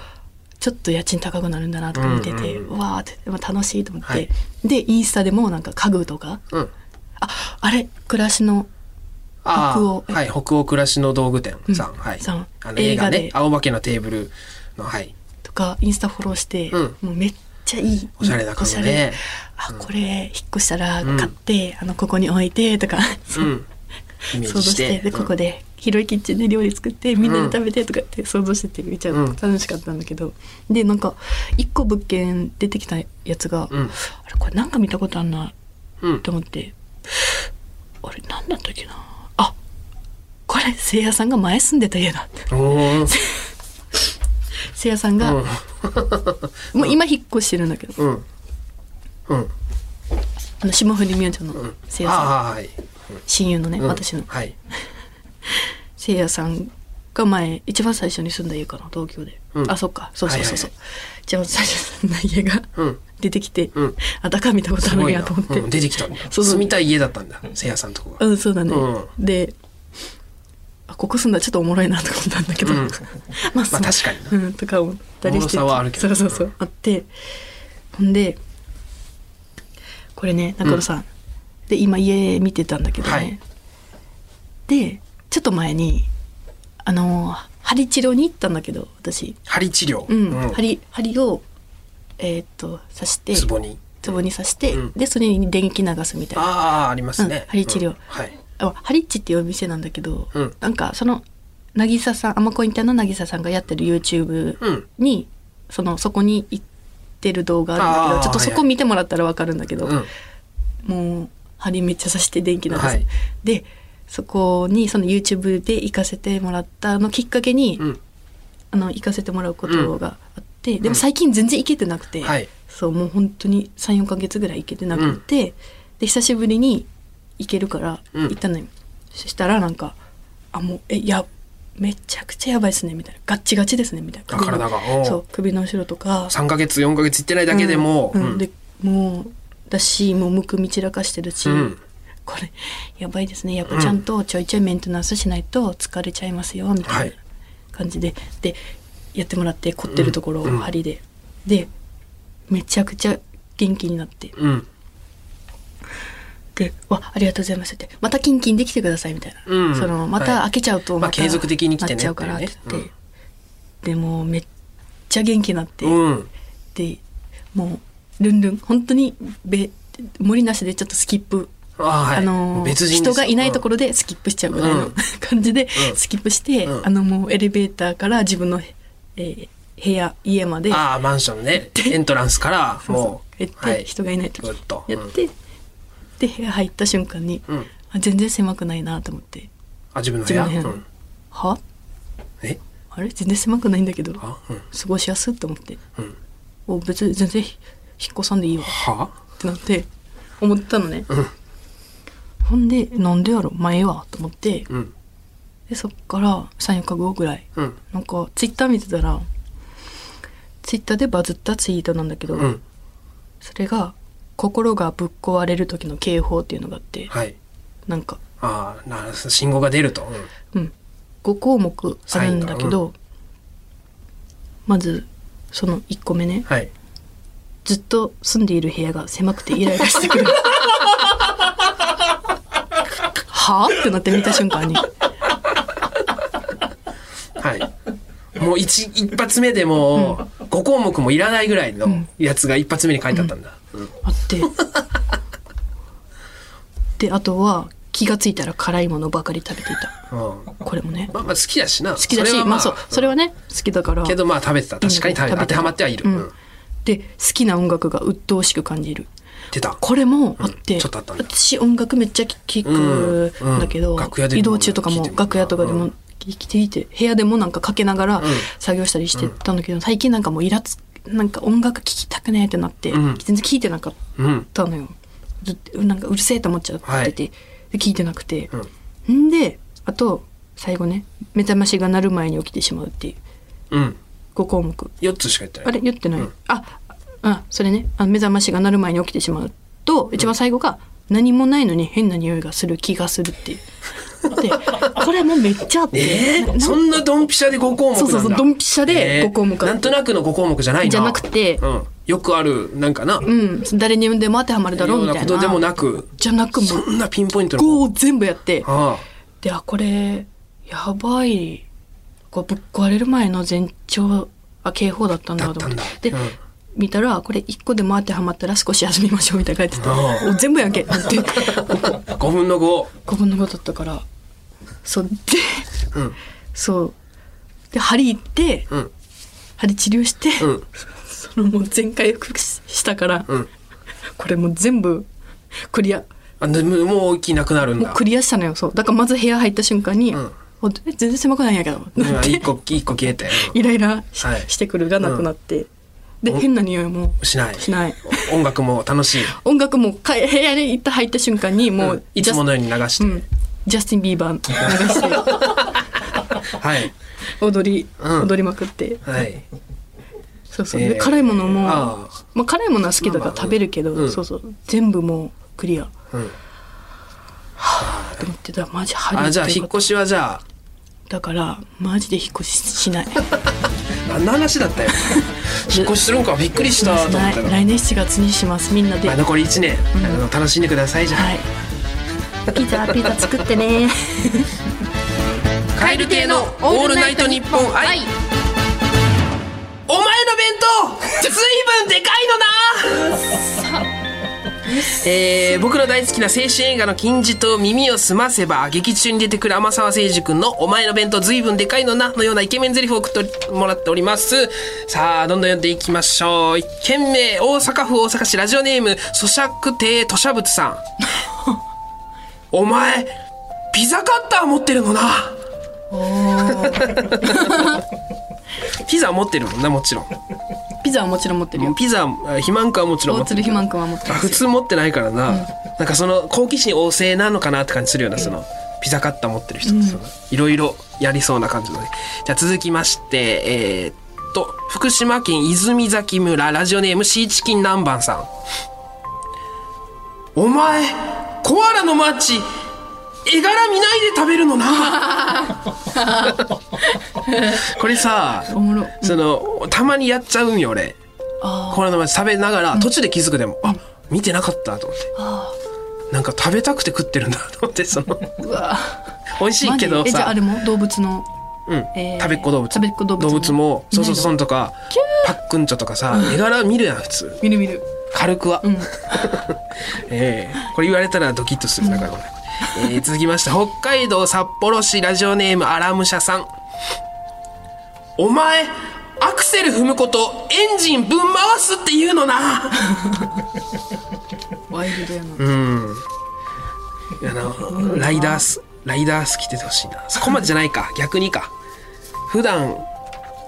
[SPEAKER 2] ちょっと家賃高くなるんだなとか見てて、
[SPEAKER 1] うんうん
[SPEAKER 2] わーってでも楽しいと思って、
[SPEAKER 1] はい
[SPEAKER 2] でインスタでもなんか家具とか
[SPEAKER 1] うん
[SPEAKER 2] ああれ暮らしの
[SPEAKER 1] あ
[SPEAKER 2] 北欧
[SPEAKER 1] あはい北欧暮らしの道具店さん、
[SPEAKER 2] うん
[SPEAKER 1] はい
[SPEAKER 2] さん
[SPEAKER 1] あの映画
[SPEAKER 2] 映画
[SPEAKER 1] ね
[SPEAKER 2] で
[SPEAKER 1] 青化けのテーブルのはい
[SPEAKER 2] とかインスタフォローして、
[SPEAKER 1] うん
[SPEAKER 2] もうめっちゃいい
[SPEAKER 1] おしゃれな家具ね
[SPEAKER 2] おしゃれあこれ引っ越したら買って、あのここに置いてとか、
[SPEAKER 1] う
[SPEAKER 2] そうん
[SPEAKER 1] イメー
[SPEAKER 2] 想像
[SPEAKER 1] ジし
[SPEAKER 2] して
[SPEAKER 1] て
[SPEAKER 2] でここで広いキッチンで料理作ってみんなで食べてとかって想像しててめっちゃ楽しかったんだけど、でなんか一個物件出てきたやつが、
[SPEAKER 1] うん
[SPEAKER 2] あれこれなんか見たことあんな
[SPEAKER 1] うん、うん
[SPEAKER 2] と思って、あれなんだったっけなあこれせいやさんが前住んでた家だって
[SPEAKER 1] おー
[SPEAKER 2] せいやさんが、
[SPEAKER 1] うん
[SPEAKER 2] もう今引っ越してるんだけど、
[SPEAKER 1] うんうん
[SPEAKER 2] あの霜降り明星のせいやさん、
[SPEAKER 1] ああはい、
[SPEAKER 2] 親友のね、
[SPEAKER 1] うん
[SPEAKER 2] 私の
[SPEAKER 1] はい
[SPEAKER 2] せいやさんが前一番最初に住んだ家かな東京で、
[SPEAKER 1] うん
[SPEAKER 2] あそっかそうそうそうそう、
[SPEAKER 1] は
[SPEAKER 2] 一番最初に住んだ家が、
[SPEAKER 1] うん
[SPEAKER 2] 出てきて、
[SPEAKER 1] うん
[SPEAKER 2] あだから見たことあ
[SPEAKER 1] す
[SPEAKER 2] るん
[SPEAKER 1] ごい
[SPEAKER 2] や
[SPEAKER 1] な、
[SPEAKER 2] と思って、
[SPEAKER 1] うん、出てきたんだ
[SPEAKER 2] そうそう
[SPEAKER 1] 住みたい家だったんだせいやさんとこが、
[SPEAKER 2] うんそうだね、
[SPEAKER 1] うん
[SPEAKER 2] であここ住んだらちょっとおもろいなと思ったんだけど、
[SPEAKER 1] うん
[SPEAKER 2] まあそう
[SPEAKER 1] まあ確かにな
[SPEAKER 2] うん、とか思ったりして
[SPEAKER 1] おもろさはあるけど
[SPEAKER 2] そうそうそう、あってほんでこれね中野さん、で今家見てたんだけどね、
[SPEAKER 1] はい
[SPEAKER 2] でちょっと前にあのー針治療に行ったんだけど私、
[SPEAKER 1] 針治療、
[SPEAKER 2] うん針針をえーっと刺して
[SPEAKER 1] ツボに
[SPEAKER 2] ツボに刺して、
[SPEAKER 1] うん
[SPEAKER 2] でそれに電気流すみたいな
[SPEAKER 1] ああありますね、
[SPEAKER 2] うん針治
[SPEAKER 1] う
[SPEAKER 2] 療
[SPEAKER 1] んはい
[SPEAKER 2] あハリッチっていうお店なんだけど、
[SPEAKER 1] うん
[SPEAKER 2] なんかその渚さんアマコインターの渚さんがやってる YouTube
[SPEAKER 1] うん
[SPEAKER 2] に、そのそこに行ってる動画あるんだけ
[SPEAKER 1] あー
[SPEAKER 2] どちょっとそ
[SPEAKER 1] はいは
[SPEAKER 2] こ
[SPEAKER 1] い
[SPEAKER 2] 見てもらったらわかるんだけど、
[SPEAKER 1] うん
[SPEAKER 2] もう針めっちゃ刺して電気なんです、
[SPEAKER 1] はい
[SPEAKER 2] でそこにその YouTube で行かせてもらったのきっかけに、
[SPEAKER 1] うん
[SPEAKER 2] あの行かせてもらうことがあって、でも最近全然行けてなくて、
[SPEAKER 1] はい
[SPEAKER 2] そうもう本当に34ヶ月ぐらい行けてなくて、で久しぶりに行けるから
[SPEAKER 1] うん
[SPEAKER 2] 行ったのよ、そしたらなんか「あもうえいやめちゃくちゃやばいですね」みたいな「ガッチガチですね」みたいな
[SPEAKER 1] あ体がおう
[SPEAKER 2] そう首の後ろとか
[SPEAKER 1] 3ヶ月4ヶ月行ってないだけでも、
[SPEAKER 2] うんうん
[SPEAKER 1] うん
[SPEAKER 2] でもうだしもうむくみ散らかしてるし、
[SPEAKER 1] うん
[SPEAKER 2] これやばいですねやっぱちゃんとちょいちょいメンテナンスしないと疲れちゃいますよみた
[SPEAKER 1] はい
[SPEAKER 2] ない感じで、でやってもらって凝ってるところを
[SPEAKER 1] うん
[SPEAKER 2] 針で、でめちゃくちゃ元気になって
[SPEAKER 1] うん
[SPEAKER 2] で「わありがとうございます」って「またキンキンできてください」みたいな、
[SPEAKER 1] うん
[SPEAKER 2] そのまた
[SPEAKER 1] はい
[SPEAKER 2] 開けちゃうと
[SPEAKER 1] まあ
[SPEAKER 2] また
[SPEAKER 1] 継続的に来てね
[SPEAKER 2] なっちゃうからって
[SPEAKER 1] って
[SPEAKER 2] 言
[SPEAKER 1] い
[SPEAKER 2] っ
[SPEAKER 1] う
[SPEAKER 2] て
[SPEAKER 1] ね、
[SPEAKER 2] でもうめっちゃ元気になって。
[SPEAKER 1] うん
[SPEAKER 2] でもうルンルン本当にべ森なしでちょっとスキップ、
[SPEAKER 1] ああはい
[SPEAKER 2] あのー
[SPEAKER 1] 別人
[SPEAKER 2] 人がいないとこ
[SPEAKER 1] ろ、
[SPEAKER 2] ろでスキップしちゃうぐらいの、
[SPEAKER 1] うん
[SPEAKER 2] 感じで
[SPEAKER 1] うん
[SPEAKER 2] スキップして、
[SPEAKER 1] うん
[SPEAKER 2] あのもうエレベーターから自分の、えー部屋家ま
[SPEAKER 1] う
[SPEAKER 2] で
[SPEAKER 1] んああマンションねエントランスから
[SPEAKER 2] そう
[SPEAKER 1] も
[SPEAKER 2] そう
[SPEAKER 1] う
[SPEAKER 2] 行って、人がいない時
[SPEAKER 1] ぐっと
[SPEAKER 2] やって、で部屋入った瞬間に、
[SPEAKER 1] うん、うん、
[SPEAKER 2] あ全然狭くないなと思って
[SPEAKER 1] あ自分の部屋
[SPEAKER 2] 自分の
[SPEAKER 1] う
[SPEAKER 2] 部屋
[SPEAKER 1] ん、
[SPEAKER 2] は
[SPEAKER 1] え
[SPEAKER 2] あれ全然狭くないんだけど
[SPEAKER 1] あうん
[SPEAKER 2] 過ごしやすいと思って、
[SPEAKER 1] うん
[SPEAKER 2] お別に全然引っ越さんでいいわ
[SPEAKER 1] は
[SPEAKER 2] ってなって思ったのね、ほんでなんでやろまあええわと思って、
[SPEAKER 1] ん
[SPEAKER 2] でそっから34日後ぐらい
[SPEAKER 1] うん。
[SPEAKER 2] なんかツイッター見てたらツイッターでバズったツイートなんだけど、
[SPEAKER 1] うん。
[SPEAKER 2] それが「心がぶっ壊れる時の警報」っていうのがあって、
[SPEAKER 1] はい。
[SPEAKER 2] なんか、
[SPEAKER 1] ああ、な、信号が出ると。うん
[SPEAKER 2] うん、5項目あるんだけど、まずその1個目ね
[SPEAKER 1] はい。
[SPEAKER 2] ずっと住んでいる部屋が狭くてイライラしてくる。はあってなって見た瞬間に。
[SPEAKER 1] はい。もう一、一発目でもう、5項目もいらないぐらいのやつが一発目に書いてあったんだ。
[SPEAKER 2] あって。で、あとは、気がついたら辛いものばかり食べていた。
[SPEAKER 1] うん。ま
[SPEAKER 2] これもね。
[SPEAKER 1] あまあ好きだしな。好
[SPEAKER 2] 好きだし、まあ、そう、それはね、好きだから。
[SPEAKER 1] けどまあ食べてた。確かに食べ
[SPEAKER 2] うん
[SPEAKER 1] 当てはまってはいる。
[SPEAKER 2] うん
[SPEAKER 1] うん
[SPEAKER 2] で、好きな音楽が鬱陶しく感じる。
[SPEAKER 1] 出た。
[SPEAKER 2] これもあって、
[SPEAKER 1] うんちょっとあったんだ
[SPEAKER 2] 私音楽めっちゃ聴く
[SPEAKER 1] うん
[SPEAKER 2] んだけど、
[SPEAKER 1] うん楽屋でも
[SPEAKER 2] 移動中とか
[SPEAKER 1] 聴い
[SPEAKER 2] も
[SPEAKER 1] てるもんな
[SPEAKER 2] 楽屋とかで
[SPEAKER 1] う
[SPEAKER 2] も
[SPEAKER 1] ん
[SPEAKER 2] 聴いていて、部屋でもなんかかけながら
[SPEAKER 1] ん
[SPEAKER 2] 作業したりしてたんだけど、最近なんかもうイラつなんか音楽聴きたくねえってなって、
[SPEAKER 1] うん
[SPEAKER 2] 全然聴いてなかっ
[SPEAKER 1] うん。
[SPEAKER 2] たのよずなんかうるせえと思っちゃってて、
[SPEAKER 1] はい
[SPEAKER 2] で聴いてなくて、
[SPEAKER 1] うん。
[SPEAKER 2] であと最後ね目覚ましが鳴る前に起きてしまうっていうん
[SPEAKER 1] うん。
[SPEAKER 2] 5項目
[SPEAKER 1] 4つしか言ってない。
[SPEAKER 2] あれ言ってない、ああそれねあ目覚ましが鳴る前に起きてしまうと一番最後が何もないのに変な匂いがする気がするっていう でこれもめっちゃあって、
[SPEAKER 1] え
[SPEAKER 2] な
[SPEAKER 1] ー、そんなドンピシャで5項目なんだ
[SPEAKER 2] そうそうそうドンピシャで
[SPEAKER 1] えー
[SPEAKER 2] 5項目ある
[SPEAKER 1] なんとなくの5項目じゃないな
[SPEAKER 2] じゃなくて
[SPEAKER 1] うん、よくあるなんかな、うん、
[SPEAKER 2] うん誰にでも当てはまるだろうみたい
[SPEAKER 1] ようなこ
[SPEAKER 2] な
[SPEAKER 1] とでもなく
[SPEAKER 2] じゃなくも
[SPEAKER 1] そんなピンポイントの
[SPEAKER 2] 5を全部やって
[SPEAKER 1] あ
[SPEAKER 2] であこれやばいこうぶっ壊れる前の前兆あ警報だったんだと思っ
[SPEAKER 1] だ
[SPEAKER 2] て
[SPEAKER 1] っ
[SPEAKER 2] で、
[SPEAKER 1] たんだうん
[SPEAKER 2] 見たらこれ1個でも当てはまったら少し休みましょうみたいな書いてて
[SPEAKER 1] あ
[SPEAKER 2] お全部やんけって
[SPEAKER 1] あ5分の5
[SPEAKER 2] 5分の5だったからそうで
[SPEAKER 1] うん
[SPEAKER 2] そうで針行って
[SPEAKER 1] うん
[SPEAKER 2] 針治療して、
[SPEAKER 1] うん
[SPEAKER 2] そのもう全回復ししたから、
[SPEAKER 1] うん
[SPEAKER 2] これもう全部クリア
[SPEAKER 1] あでももう息なくなるん
[SPEAKER 2] もう
[SPEAKER 1] だ
[SPEAKER 2] クリアしたのよそうだからまず部屋入った瞬間に、
[SPEAKER 1] うん
[SPEAKER 2] おえ全然狭くないんやけど
[SPEAKER 1] うん
[SPEAKER 2] なんて
[SPEAKER 1] 一個一個消えて、
[SPEAKER 2] イライラし,、
[SPEAKER 1] はい
[SPEAKER 2] てくるがなくなって、で変な匂いも
[SPEAKER 1] うんしない
[SPEAKER 2] しない
[SPEAKER 1] 音楽も楽しい、
[SPEAKER 2] 音楽もか部屋に行った入った瞬間にもう、
[SPEAKER 1] うんいつものように流して、
[SPEAKER 2] うん、ジャスティン・ビーバー流して
[SPEAKER 1] はい
[SPEAKER 2] 踊り、
[SPEAKER 1] うん
[SPEAKER 2] 踊りまくって
[SPEAKER 1] はい
[SPEAKER 2] そうそう、
[SPEAKER 1] えー
[SPEAKER 2] で辛いものも
[SPEAKER 1] ああ
[SPEAKER 2] まあ、辛いものは好きだから
[SPEAKER 1] まあまあ
[SPEAKER 2] 食べるけど、
[SPEAKER 1] うん
[SPEAKER 2] そうそう全部もうクリアと
[SPEAKER 1] うん
[SPEAKER 2] 思ってたマジハ
[SPEAKER 1] あ
[SPEAKER 2] リ
[SPEAKER 1] じゃあ引っ越しはじゃあ
[SPEAKER 2] だからマジで引っ越ししない
[SPEAKER 1] 何の話だった よ引っ越しするんかびっくりしたと思っ
[SPEAKER 2] な
[SPEAKER 1] たら
[SPEAKER 2] い来年7月にしますみんなで
[SPEAKER 1] まあ、
[SPEAKER 2] はい
[SPEAKER 1] 残り1年、あの楽しんでくださいじゃん、
[SPEAKER 4] ピザピザ作ってね
[SPEAKER 1] カエル亭のオールナイトニッポン愛お前の弁当随分でかいのなえー僕の大好きな青春映画の金字と耳を澄ませば劇中に出てくる天沢誠二君の「お前の弁当随分でかいのな」のようなイケメン台詞を送ってもらっておりますさあどんどん読んでいきましょう1件目大阪府大阪市ラジオネーム咀嚼亭吐砂物さ んお前ピザカッター持ってるのなピザは持ってるもんなもちろん
[SPEAKER 2] ピザはもちろん持ってるよ
[SPEAKER 1] ピザあ肥満君はもちろん持
[SPEAKER 2] 大
[SPEAKER 1] って
[SPEAKER 2] 鶴
[SPEAKER 1] る
[SPEAKER 2] ひまんくんは持って
[SPEAKER 1] あ
[SPEAKER 2] ます
[SPEAKER 1] 普
[SPEAKER 2] よ
[SPEAKER 1] 通持ってないからな、なんかその好奇心旺盛なのかなって感じするようなそのピザカッター持ってる人ってそのいろいろやりそうな感じのねじゃあ続きましてえーっと福島県泉崎村ラジオネームシーチキン南蛮さんお前コアラのマッチ絵柄見ないで食べるのな これさ
[SPEAKER 2] おもろ
[SPEAKER 1] そのたまにやっちゃうんよ俺
[SPEAKER 2] あ
[SPEAKER 1] コアラの前で食べながら途中で気づくでも、あ見てなかったと思ってなんか食べたくて食ってるんだと思ってその
[SPEAKER 2] ーうわ
[SPEAKER 1] 美味しいけど
[SPEAKER 2] マジえじゃあ
[SPEAKER 1] さ
[SPEAKER 2] あれも動物の
[SPEAKER 1] うん
[SPEAKER 2] えー
[SPEAKER 1] 食べっ子動物
[SPEAKER 2] 食べっ子動物
[SPEAKER 1] もそうそう
[SPEAKER 2] いないの
[SPEAKER 1] そんとかパックンチョとかさ絵柄見るやん普通
[SPEAKER 2] 見る見る
[SPEAKER 1] 軽くは、
[SPEAKER 2] うん
[SPEAKER 1] ええこれ言われたらドキッとするだから、えー続きまして北海道札幌市ラジオネームアラムシャさんお前アクセル踏むことエンジンぶん回すって言うのな
[SPEAKER 2] ワイルドやな、
[SPEAKER 1] うん。いやな、ライダース、ライダース着ててほしいな。そこまでじゃないか、逆にか。普段、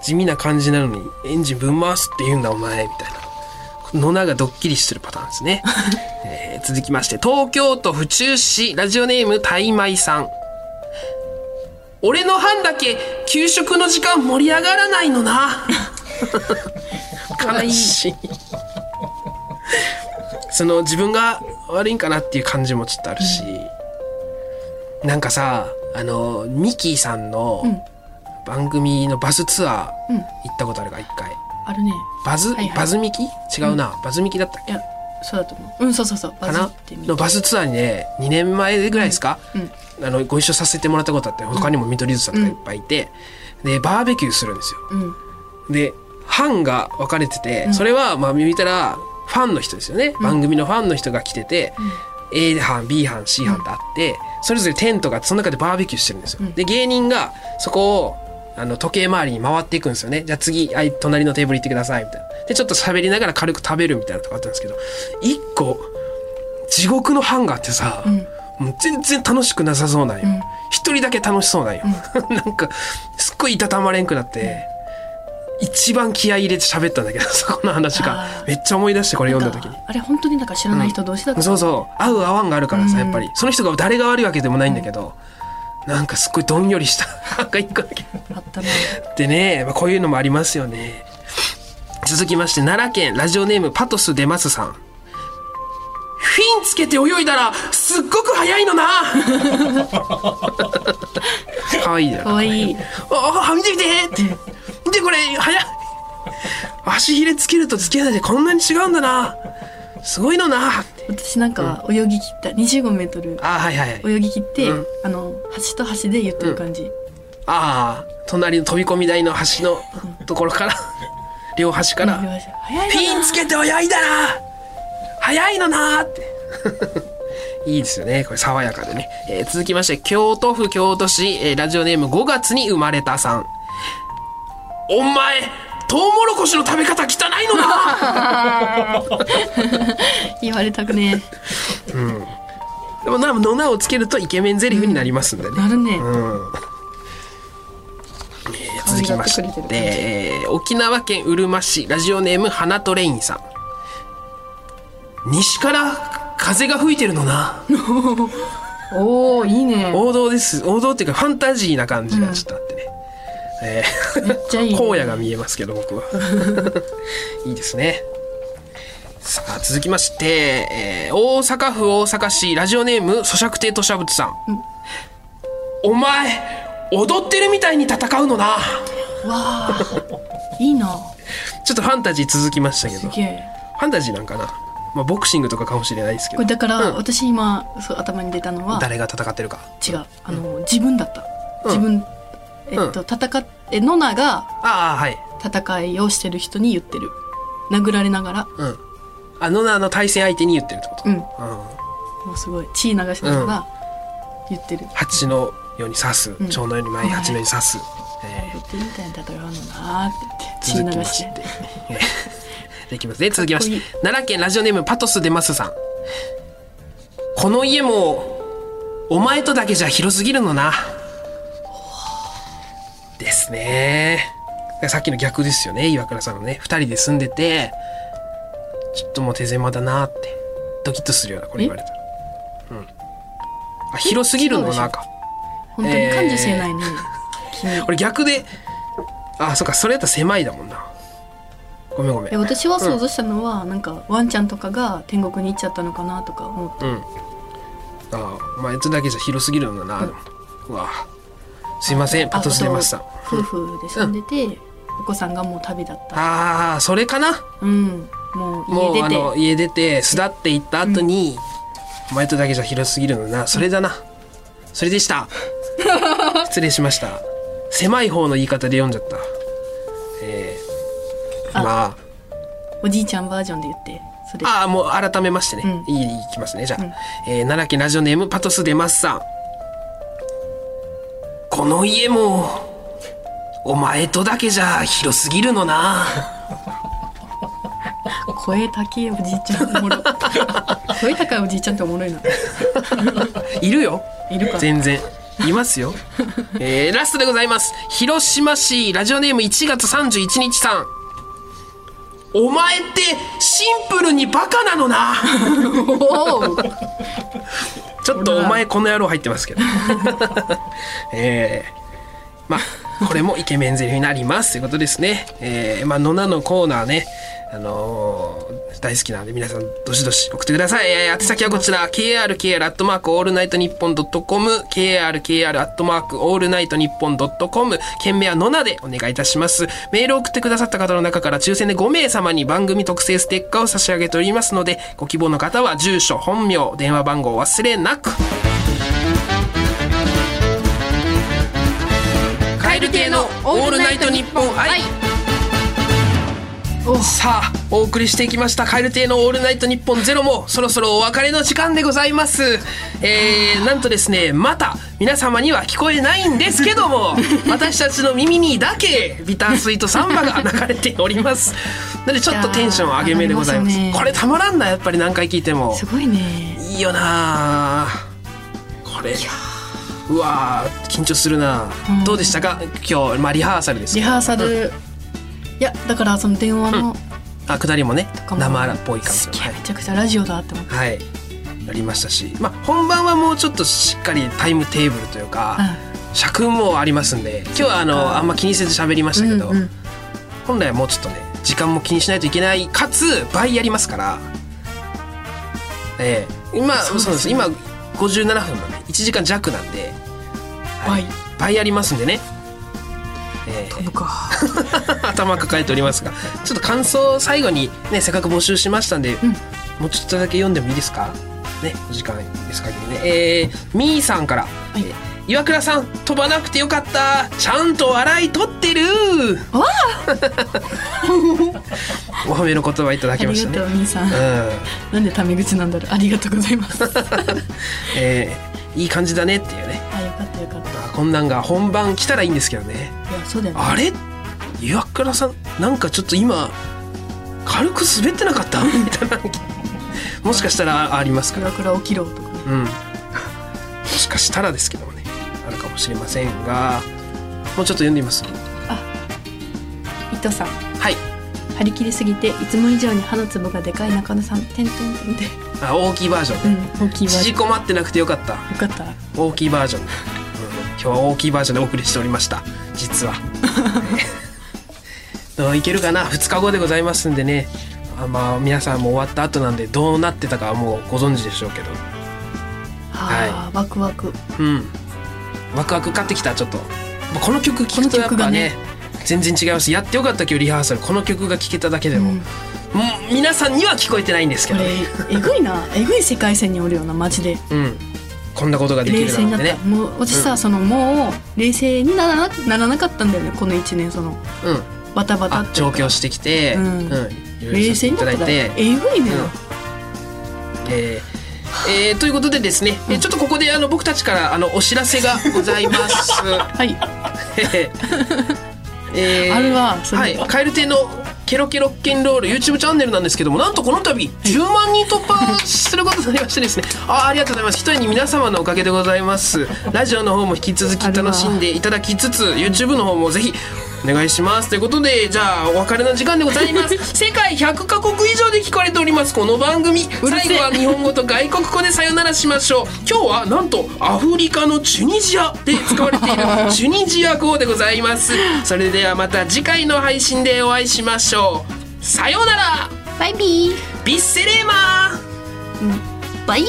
[SPEAKER 1] 地味な感じなのに、エンジンぶん回すって言うんだ、お前、みたいなこの名がドッキリするパターンです ね。えー続きまして、東京都府中市、ラジオネーム、たいまいさん。俺の班だけ、給食の時間盛り上がらないの な。悲しい。その自分が悪いんかなっていう感じもちょっとあるし、なんかさあのミキーさんの番組のバスツアー
[SPEAKER 2] うん
[SPEAKER 1] 行ったことあるが一回
[SPEAKER 2] あるね
[SPEAKER 1] バズ、
[SPEAKER 2] はいはい
[SPEAKER 1] バズミキ違うな、バズミキだったっ
[SPEAKER 2] い
[SPEAKER 1] け
[SPEAKER 2] やそうだと思ううんそうそうそう
[SPEAKER 1] か
[SPEAKER 2] バズ
[SPEAKER 1] な
[SPEAKER 2] ってみて
[SPEAKER 1] のバスツアーにね2年前ぐらいですか、
[SPEAKER 2] うん
[SPEAKER 1] あのご一緒させてもらったことあって他にも見取り図さんとかいっぱいいて、でバーベキューするんですよ
[SPEAKER 2] うん
[SPEAKER 1] で班が分かれてて、それはまあ見たらファンの人ですよね、番組のファンの人が来てて、A 班 B 班 C 班ってあって、それぞれテントがあってその中でバーベキューしてるんですよ、で芸人がそこをあの時計回りに回っていくんですよねじゃあ次あい隣のテーブル行ってくださいみたいなでちょっと喋りながら軽く食べるみたいなとこあったんですけど一個地獄の班があってさ、もう全然楽しくなさそうなんよ一、人だけ楽しそうなんよ、 なんかすっごいいたたまれんくなって、一番気合い入れて喋ったんだけど そこの話が
[SPEAKER 2] あー
[SPEAKER 1] めっちゃ思い出してこれ読んだ
[SPEAKER 2] なん
[SPEAKER 1] 時
[SPEAKER 2] か
[SPEAKER 1] に。
[SPEAKER 2] あれ本当になんか知らない人同士だから、
[SPEAKER 1] そうそう合う合わんがあるからさやっぱり、その人が誰が悪いわけでもないんだけど、なんかすっごいどんよりした なんか一個だけ
[SPEAKER 2] あったな
[SPEAKER 1] でね、まあ、こういうのもありますよね続きまして奈良県ラジオネームパトス出ますさんフィンつけて泳いだらすっごく速いのな 可愛いじゃん
[SPEAKER 2] かわいい
[SPEAKER 1] ああ見て見てって見てこれ早っ足ひれつけるとつけないでこんなに違うんだなすごいのなあ
[SPEAKER 2] 私なんか泳ぎ切った2 5ル
[SPEAKER 1] はいはいはい
[SPEAKER 2] 泳ぎ切って、
[SPEAKER 1] うん
[SPEAKER 2] あの端と端で言ってる感じ、
[SPEAKER 1] ああ隣の飛び込み台の端のところから両端から
[SPEAKER 2] 見ました早
[SPEAKER 1] ピ
[SPEAKER 2] いな
[SPEAKER 1] ンつけて泳いだな早いのなって いいですよねこれ爽やかでね、えー続きまして京都府京都市、えーラジオネーム5月に生まれたさんお前トウモロコシの食べ方汚いのな
[SPEAKER 2] 言われたくね
[SPEAKER 1] でもな、のなをつけるとイケメンゼリフになりますんで
[SPEAKER 2] な
[SPEAKER 1] ね。
[SPEAKER 2] るね、
[SPEAKER 1] えー続きまし
[SPEAKER 2] 可愛がってくれてる感
[SPEAKER 1] て
[SPEAKER 2] じ、
[SPEAKER 1] えー沖縄県うるま市、ラジオネーム、花トレインさん。西から風が吹いてるのな。
[SPEAKER 2] おおいいね
[SPEAKER 1] 王道です。王道っていうか、ファンタジーな感じがちょっとあってね。え
[SPEAKER 2] めっちゃいい、
[SPEAKER 1] ー、
[SPEAKER 2] ね、
[SPEAKER 1] 荒野が見えますけど、僕 は。いいですね。さあ、続きまして、えー大阪府大阪市、ラジオネーム、咀嚼亭吐しゃぶつさん。お前、踊ってるみたいに戦うのな。
[SPEAKER 2] わあいいな
[SPEAKER 1] ちょっとファンタジー続きましたけ
[SPEAKER 2] す
[SPEAKER 1] ど。フ
[SPEAKER 2] げえ
[SPEAKER 1] ァンタジーなんかな。まあ、ボクシングとかかもしれないですけ
[SPEAKER 2] こ
[SPEAKER 1] ど
[SPEAKER 2] れ。だから、
[SPEAKER 1] うん
[SPEAKER 2] 私今そう頭に出たのは
[SPEAKER 1] 誰が戦ってるか。
[SPEAKER 2] 違うあの自分だった、
[SPEAKER 1] うん
[SPEAKER 2] 自分えっと、戦っえノナが
[SPEAKER 1] ああ、はい。
[SPEAKER 2] 戦いをしてる人に言ってる殴られながら
[SPEAKER 1] うん。あのな、あの対戦相手に言ってるってこと。
[SPEAKER 2] うん
[SPEAKER 1] うん。
[SPEAKER 2] もうすごい血流しながら言ってる、
[SPEAKER 1] 蜂のように刺す。
[SPEAKER 2] ん
[SPEAKER 1] 蝶のように舞い、蜂のように刺す。え
[SPEAKER 2] 言ってみたいに戦うのなーって
[SPEAKER 1] ー
[SPEAKER 2] 言って
[SPEAKER 1] 続
[SPEAKER 2] 血
[SPEAKER 1] き
[SPEAKER 2] 流
[SPEAKER 1] ま
[SPEAKER 2] し
[SPEAKER 1] してて。えーできますね。続きまして
[SPEAKER 2] かっこ
[SPEAKER 1] 奈良県ラジオネーム、パトスデマスさん。この家も、お前とだけじゃ広すぎるのな。ですね。さっきの逆ですよね、岩倉さんのね。二人で住んでて、ちょっともう手狭だなって、ドキッとするような、これ言われたら。うん。あ、広すぎるのなか。
[SPEAKER 2] 本当に感受性 ないね、君
[SPEAKER 1] 俺逆で、あ、そっか、それやったら狭いだもんな。ごめんごめ
[SPEAKER 2] え
[SPEAKER 1] ん。
[SPEAKER 2] 私は想像したのは、なんかワンちゃんとかが天国に行っちゃったのかなとか思って
[SPEAKER 1] うん。ああ、お前とだけじゃ広すぎるのだな。でもうわあ。すいません、パトス出ました。
[SPEAKER 2] あと夫婦で住んでて、お子さんがもう旅だった
[SPEAKER 1] ああ、それかな。
[SPEAKER 2] うんも
[SPEAKER 1] も
[SPEAKER 2] う
[SPEAKER 1] う
[SPEAKER 2] 家
[SPEAKER 1] あ
[SPEAKER 2] 出て
[SPEAKER 1] の家出て巣立って行った後に、お前とだけじゃ広すぎるのな。それだな。それで した。失礼しました。狭い方の言い方で読んじゃった。えー、
[SPEAKER 2] あ
[SPEAKER 1] まあ。
[SPEAKER 2] おじいちゃんバージョンで言ってそれ
[SPEAKER 1] ああ、もう改めましてね。
[SPEAKER 2] う
[SPEAKER 1] いい、いきますね。じゃあ、えー奈良県ラジオネーム、パトスデマスさん。この家も、お前とだけじゃ広すぎるのな。
[SPEAKER 2] 声高いおじいちゃんおもろ 声高いおじいちゃんっておもろいない
[SPEAKER 1] るよ。
[SPEAKER 2] いるか
[SPEAKER 1] 全然。います よ。えーラストでございます。広島市、ラジオネーム1月31日さん。お前ってシンプルにバカなの な
[SPEAKER 2] おお
[SPEAKER 1] ちょっとお前この野郎入って ますけどええまあこれもイケメンゼリフになりますということですねええまあ野菜のコーナーねあのー大好きなので皆さんどしどし送ってください、えー、宛先はこちら KRKR アットマークオールナイトニッポンドットコム KRKR アットマークオールナイトニッポンドットコム件名はのなでお願いいたしますメールを送ってくださった方の中から抽選で5名様に番組特製ステッカーを差し上げておりますのでご希望の方は住所本名電話番号を忘れなくカエル亭のオールナイトニッポン愛さあお送りしてきました「蛙亭のオールナイトニッポンゼロもそろそろお別れの時間でございますえー、なんとですねまた皆様には聞こえないんですけど も私たちの耳にだけビタースイートサンバが流れておりますなのでちょっとテンション上げめでございます
[SPEAKER 2] いやー上がりますね
[SPEAKER 1] これたまらんなやっぱり何回聞いても
[SPEAKER 2] すごいね
[SPEAKER 1] いいよなあこれうわあ緊張するなあ、どうでしたか今日、まあ、リハーサルですけ
[SPEAKER 2] リ
[SPEAKER 1] ど
[SPEAKER 2] ハーサル、いやだからその電話の、
[SPEAKER 1] あ下りもね
[SPEAKER 2] とかも
[SPEAKER 1] 生っぽい感
[SPEAKER 2] す
[SPEAKER 1] じ
[SPEAKER 2] っ
[SPEAKER 1] のは
[SPEAKER 2] げ
[SPEAKER 1] い
[SPEAKER 2] えめちゃくちゃラジオだって思って、
[SPEAKER 1] はい、やりましたし、まあ、本番はもうちょっとしっかりタイムテーブルというか、尺もありますんで今日はあのあんま気にせず喋りましたけど、
[SPEAKER 2] うんうん
[SPEAKER 1] 本来はもうちょっとね時間も気にしないといけないかつ倍やりますから、ええ今そうです、今57分まで1時間弱なんで、はい
[SPEAKER 2] 倍
[SPEAKER 1] 倍やりますんでね、ええ
[SPEAKER 2] 飛ぶか
[SPEAKER 1] 頭抱えておりますがちょっと感想を最後にねせっかく募集しましたんで、もうちょっとだけ読んでもいいですかねお時間ですかけどねえー、みーさんから、
[SPEAKER 2] い
[SPEAKER 1] えー岩倉さん飛ばなくてよかったちゃんと笑い取ってるわ お褒めの言葉いただ
[SPEAKER 2] あ
[SPEAKER 1] きま
[SPEAKER 2] り
[SPEAKER 1] した
[SPEAKER 2] が
[SPEAKER 1] ね
[SPEAKER 2] とうみーさん
[SPEAKER 1] うん
[SPEAKER 2] なんでタメ口なんだろうありがとうございま すあよか
[SPEAKER 1] えー、いい感じだねっていうね
[SPEAKER 2] ったよかった
[SPEAKER 1] あこんなんが本番来たらいいんですけどね
[SPEAKER 2] いやそうだよね
[SPEAKER 1] あれ岩倉さんなんかちょっと今軽く滑ってなか ったみたいなもしかしたらあありますから
[SPEAKER 2] 岩倉起きろとかね
[SPEAKER 1] うんもしかしたらですけどもねあるかもしれませんがもうちょっと読んでみます
[SPEAKER 2] 伊藤さん
[SPEAKER 1] はい
[SPEAKER 2] 張り切りすぎていつも以上に歯のツボがでかい中野さんてんてんてんで
[SPEAKER 1] あ大きいバージョン
[SPEAKER 2] う
[SPEAKER 1] ね、
[SPEAKER 2] ん大きいわ
[SPEAKER 1] 縮
[SPEAKER 2] よ
[SPEAKER 1] こまってなくてよかった
[SPEAKER 2] かったは
[SPEAKER 1] 大きいバージョン、うん今日は大きいバージョンでお送りしておりました実は どういけるかな2日後でございますんでねあまあ皆さんも終わった後なんでどうなってたかはもうご存知でしょうけど
[SPEAKER 2] あ、ワクワク
[SPEAKER 1] うんワクワク買ってきたちょっとこの曲聴くとやっ
[SPEAKER 2] この曲
[SPEAKER 1] ぱ
[SPEAKER 2] が
[SPEAKER 1] ね
[SPEAKER 2] ね
[SPEAKER 1] 全然違いますやってよかった今日リハーサルこの曲が聴けただけでも、
[SPEAKER 2] うん
[SPEAKER 1] もう皆さんには聞こえてないんですけ
[SPEAKER 2] こ
[SPEAKER 1] ど
[SPEAKER 2] れ
[SPEAKER 1] ね
[SPEAKER 2] えぐいなえぐい世界線におるようなマジで
[SPEAKER 1] うんこんなことができ
[SPEAKER 2] 冷
[SPEAKER 1] る
[SPEAKER 2] 静に
[SPEAKER 1] な
[SPEAKER 2] なんってた、
[SPEAKER 1] ね
[SPEAKER 2] もう私さ、そのもう冷静にならなならなかったんだよねこの1年その
[SPEAKER 1] うん
[SPEAKER 2] バタバタ
[SPEAKER 1] あ
[SPEAKER 2] っていう
[SPEAKER 1] 上
[SPEAKER 2] か
[SPEAKER 1] 京してきて、
[SPEAKER 2] うん
[SPEAKER 1] いろいろ
[SPEAKER 2] 冷静に
[SPEAKER 1] いた
[SPEAKER 2] な
[SPEAKER 1] だ
[SPEAKER 2] っ
[SPEAKER 1] い
[SPEAKER 2] たら
[SPEAKER 1] て
[SPEAKER 2] えぐいね、
[SPEAKER 1] えーえーということでですね、えーちょっとここであの僕たちからあのお知らせがござい ます。
[SPEAKER 2] はい
[SPEAKER 1] え
[SPEAKER 2] あるわそれ
[SPEAKER 1] はい、カエル亭のケロケロッケンロール YouTube チャンネルなんですけども、なんとこの度10万人突破することになりましてですね、あーありがとうございます。一重に皆様のおかげでございます。ラジオの方も引き続き楽しんでいただきつつ、YouTube の方もぜひお願いします。ということで、じゃあお別れの時間でござい ます。世界100カ国以上で聞かれておりますこの番組、最後は日本語と外国語でさよならしましょう。今日はなんとアフリカのチュニジアで使われているチュニジア語でございます。それではまた次回の配信でお会いしましょう。さよなら
[SPEAKER 4] バイビー
[SPEAKER 1] ビッセレーマー
[SPEAKER 4] バイビ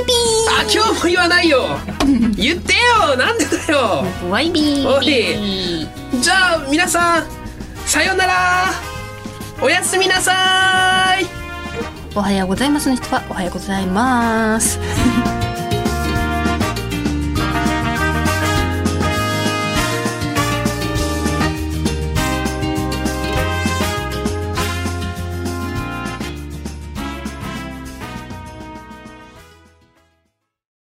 [SPEAKER 1] あ今日も言わないよ言ってよなんでだよ
[SPEAKER 4] ーバイビ
[SPEAKER 1] おいじゃあ皆さんさよならおやすみなさい
[SPEAKER 2] おはようございますの人はおはようございます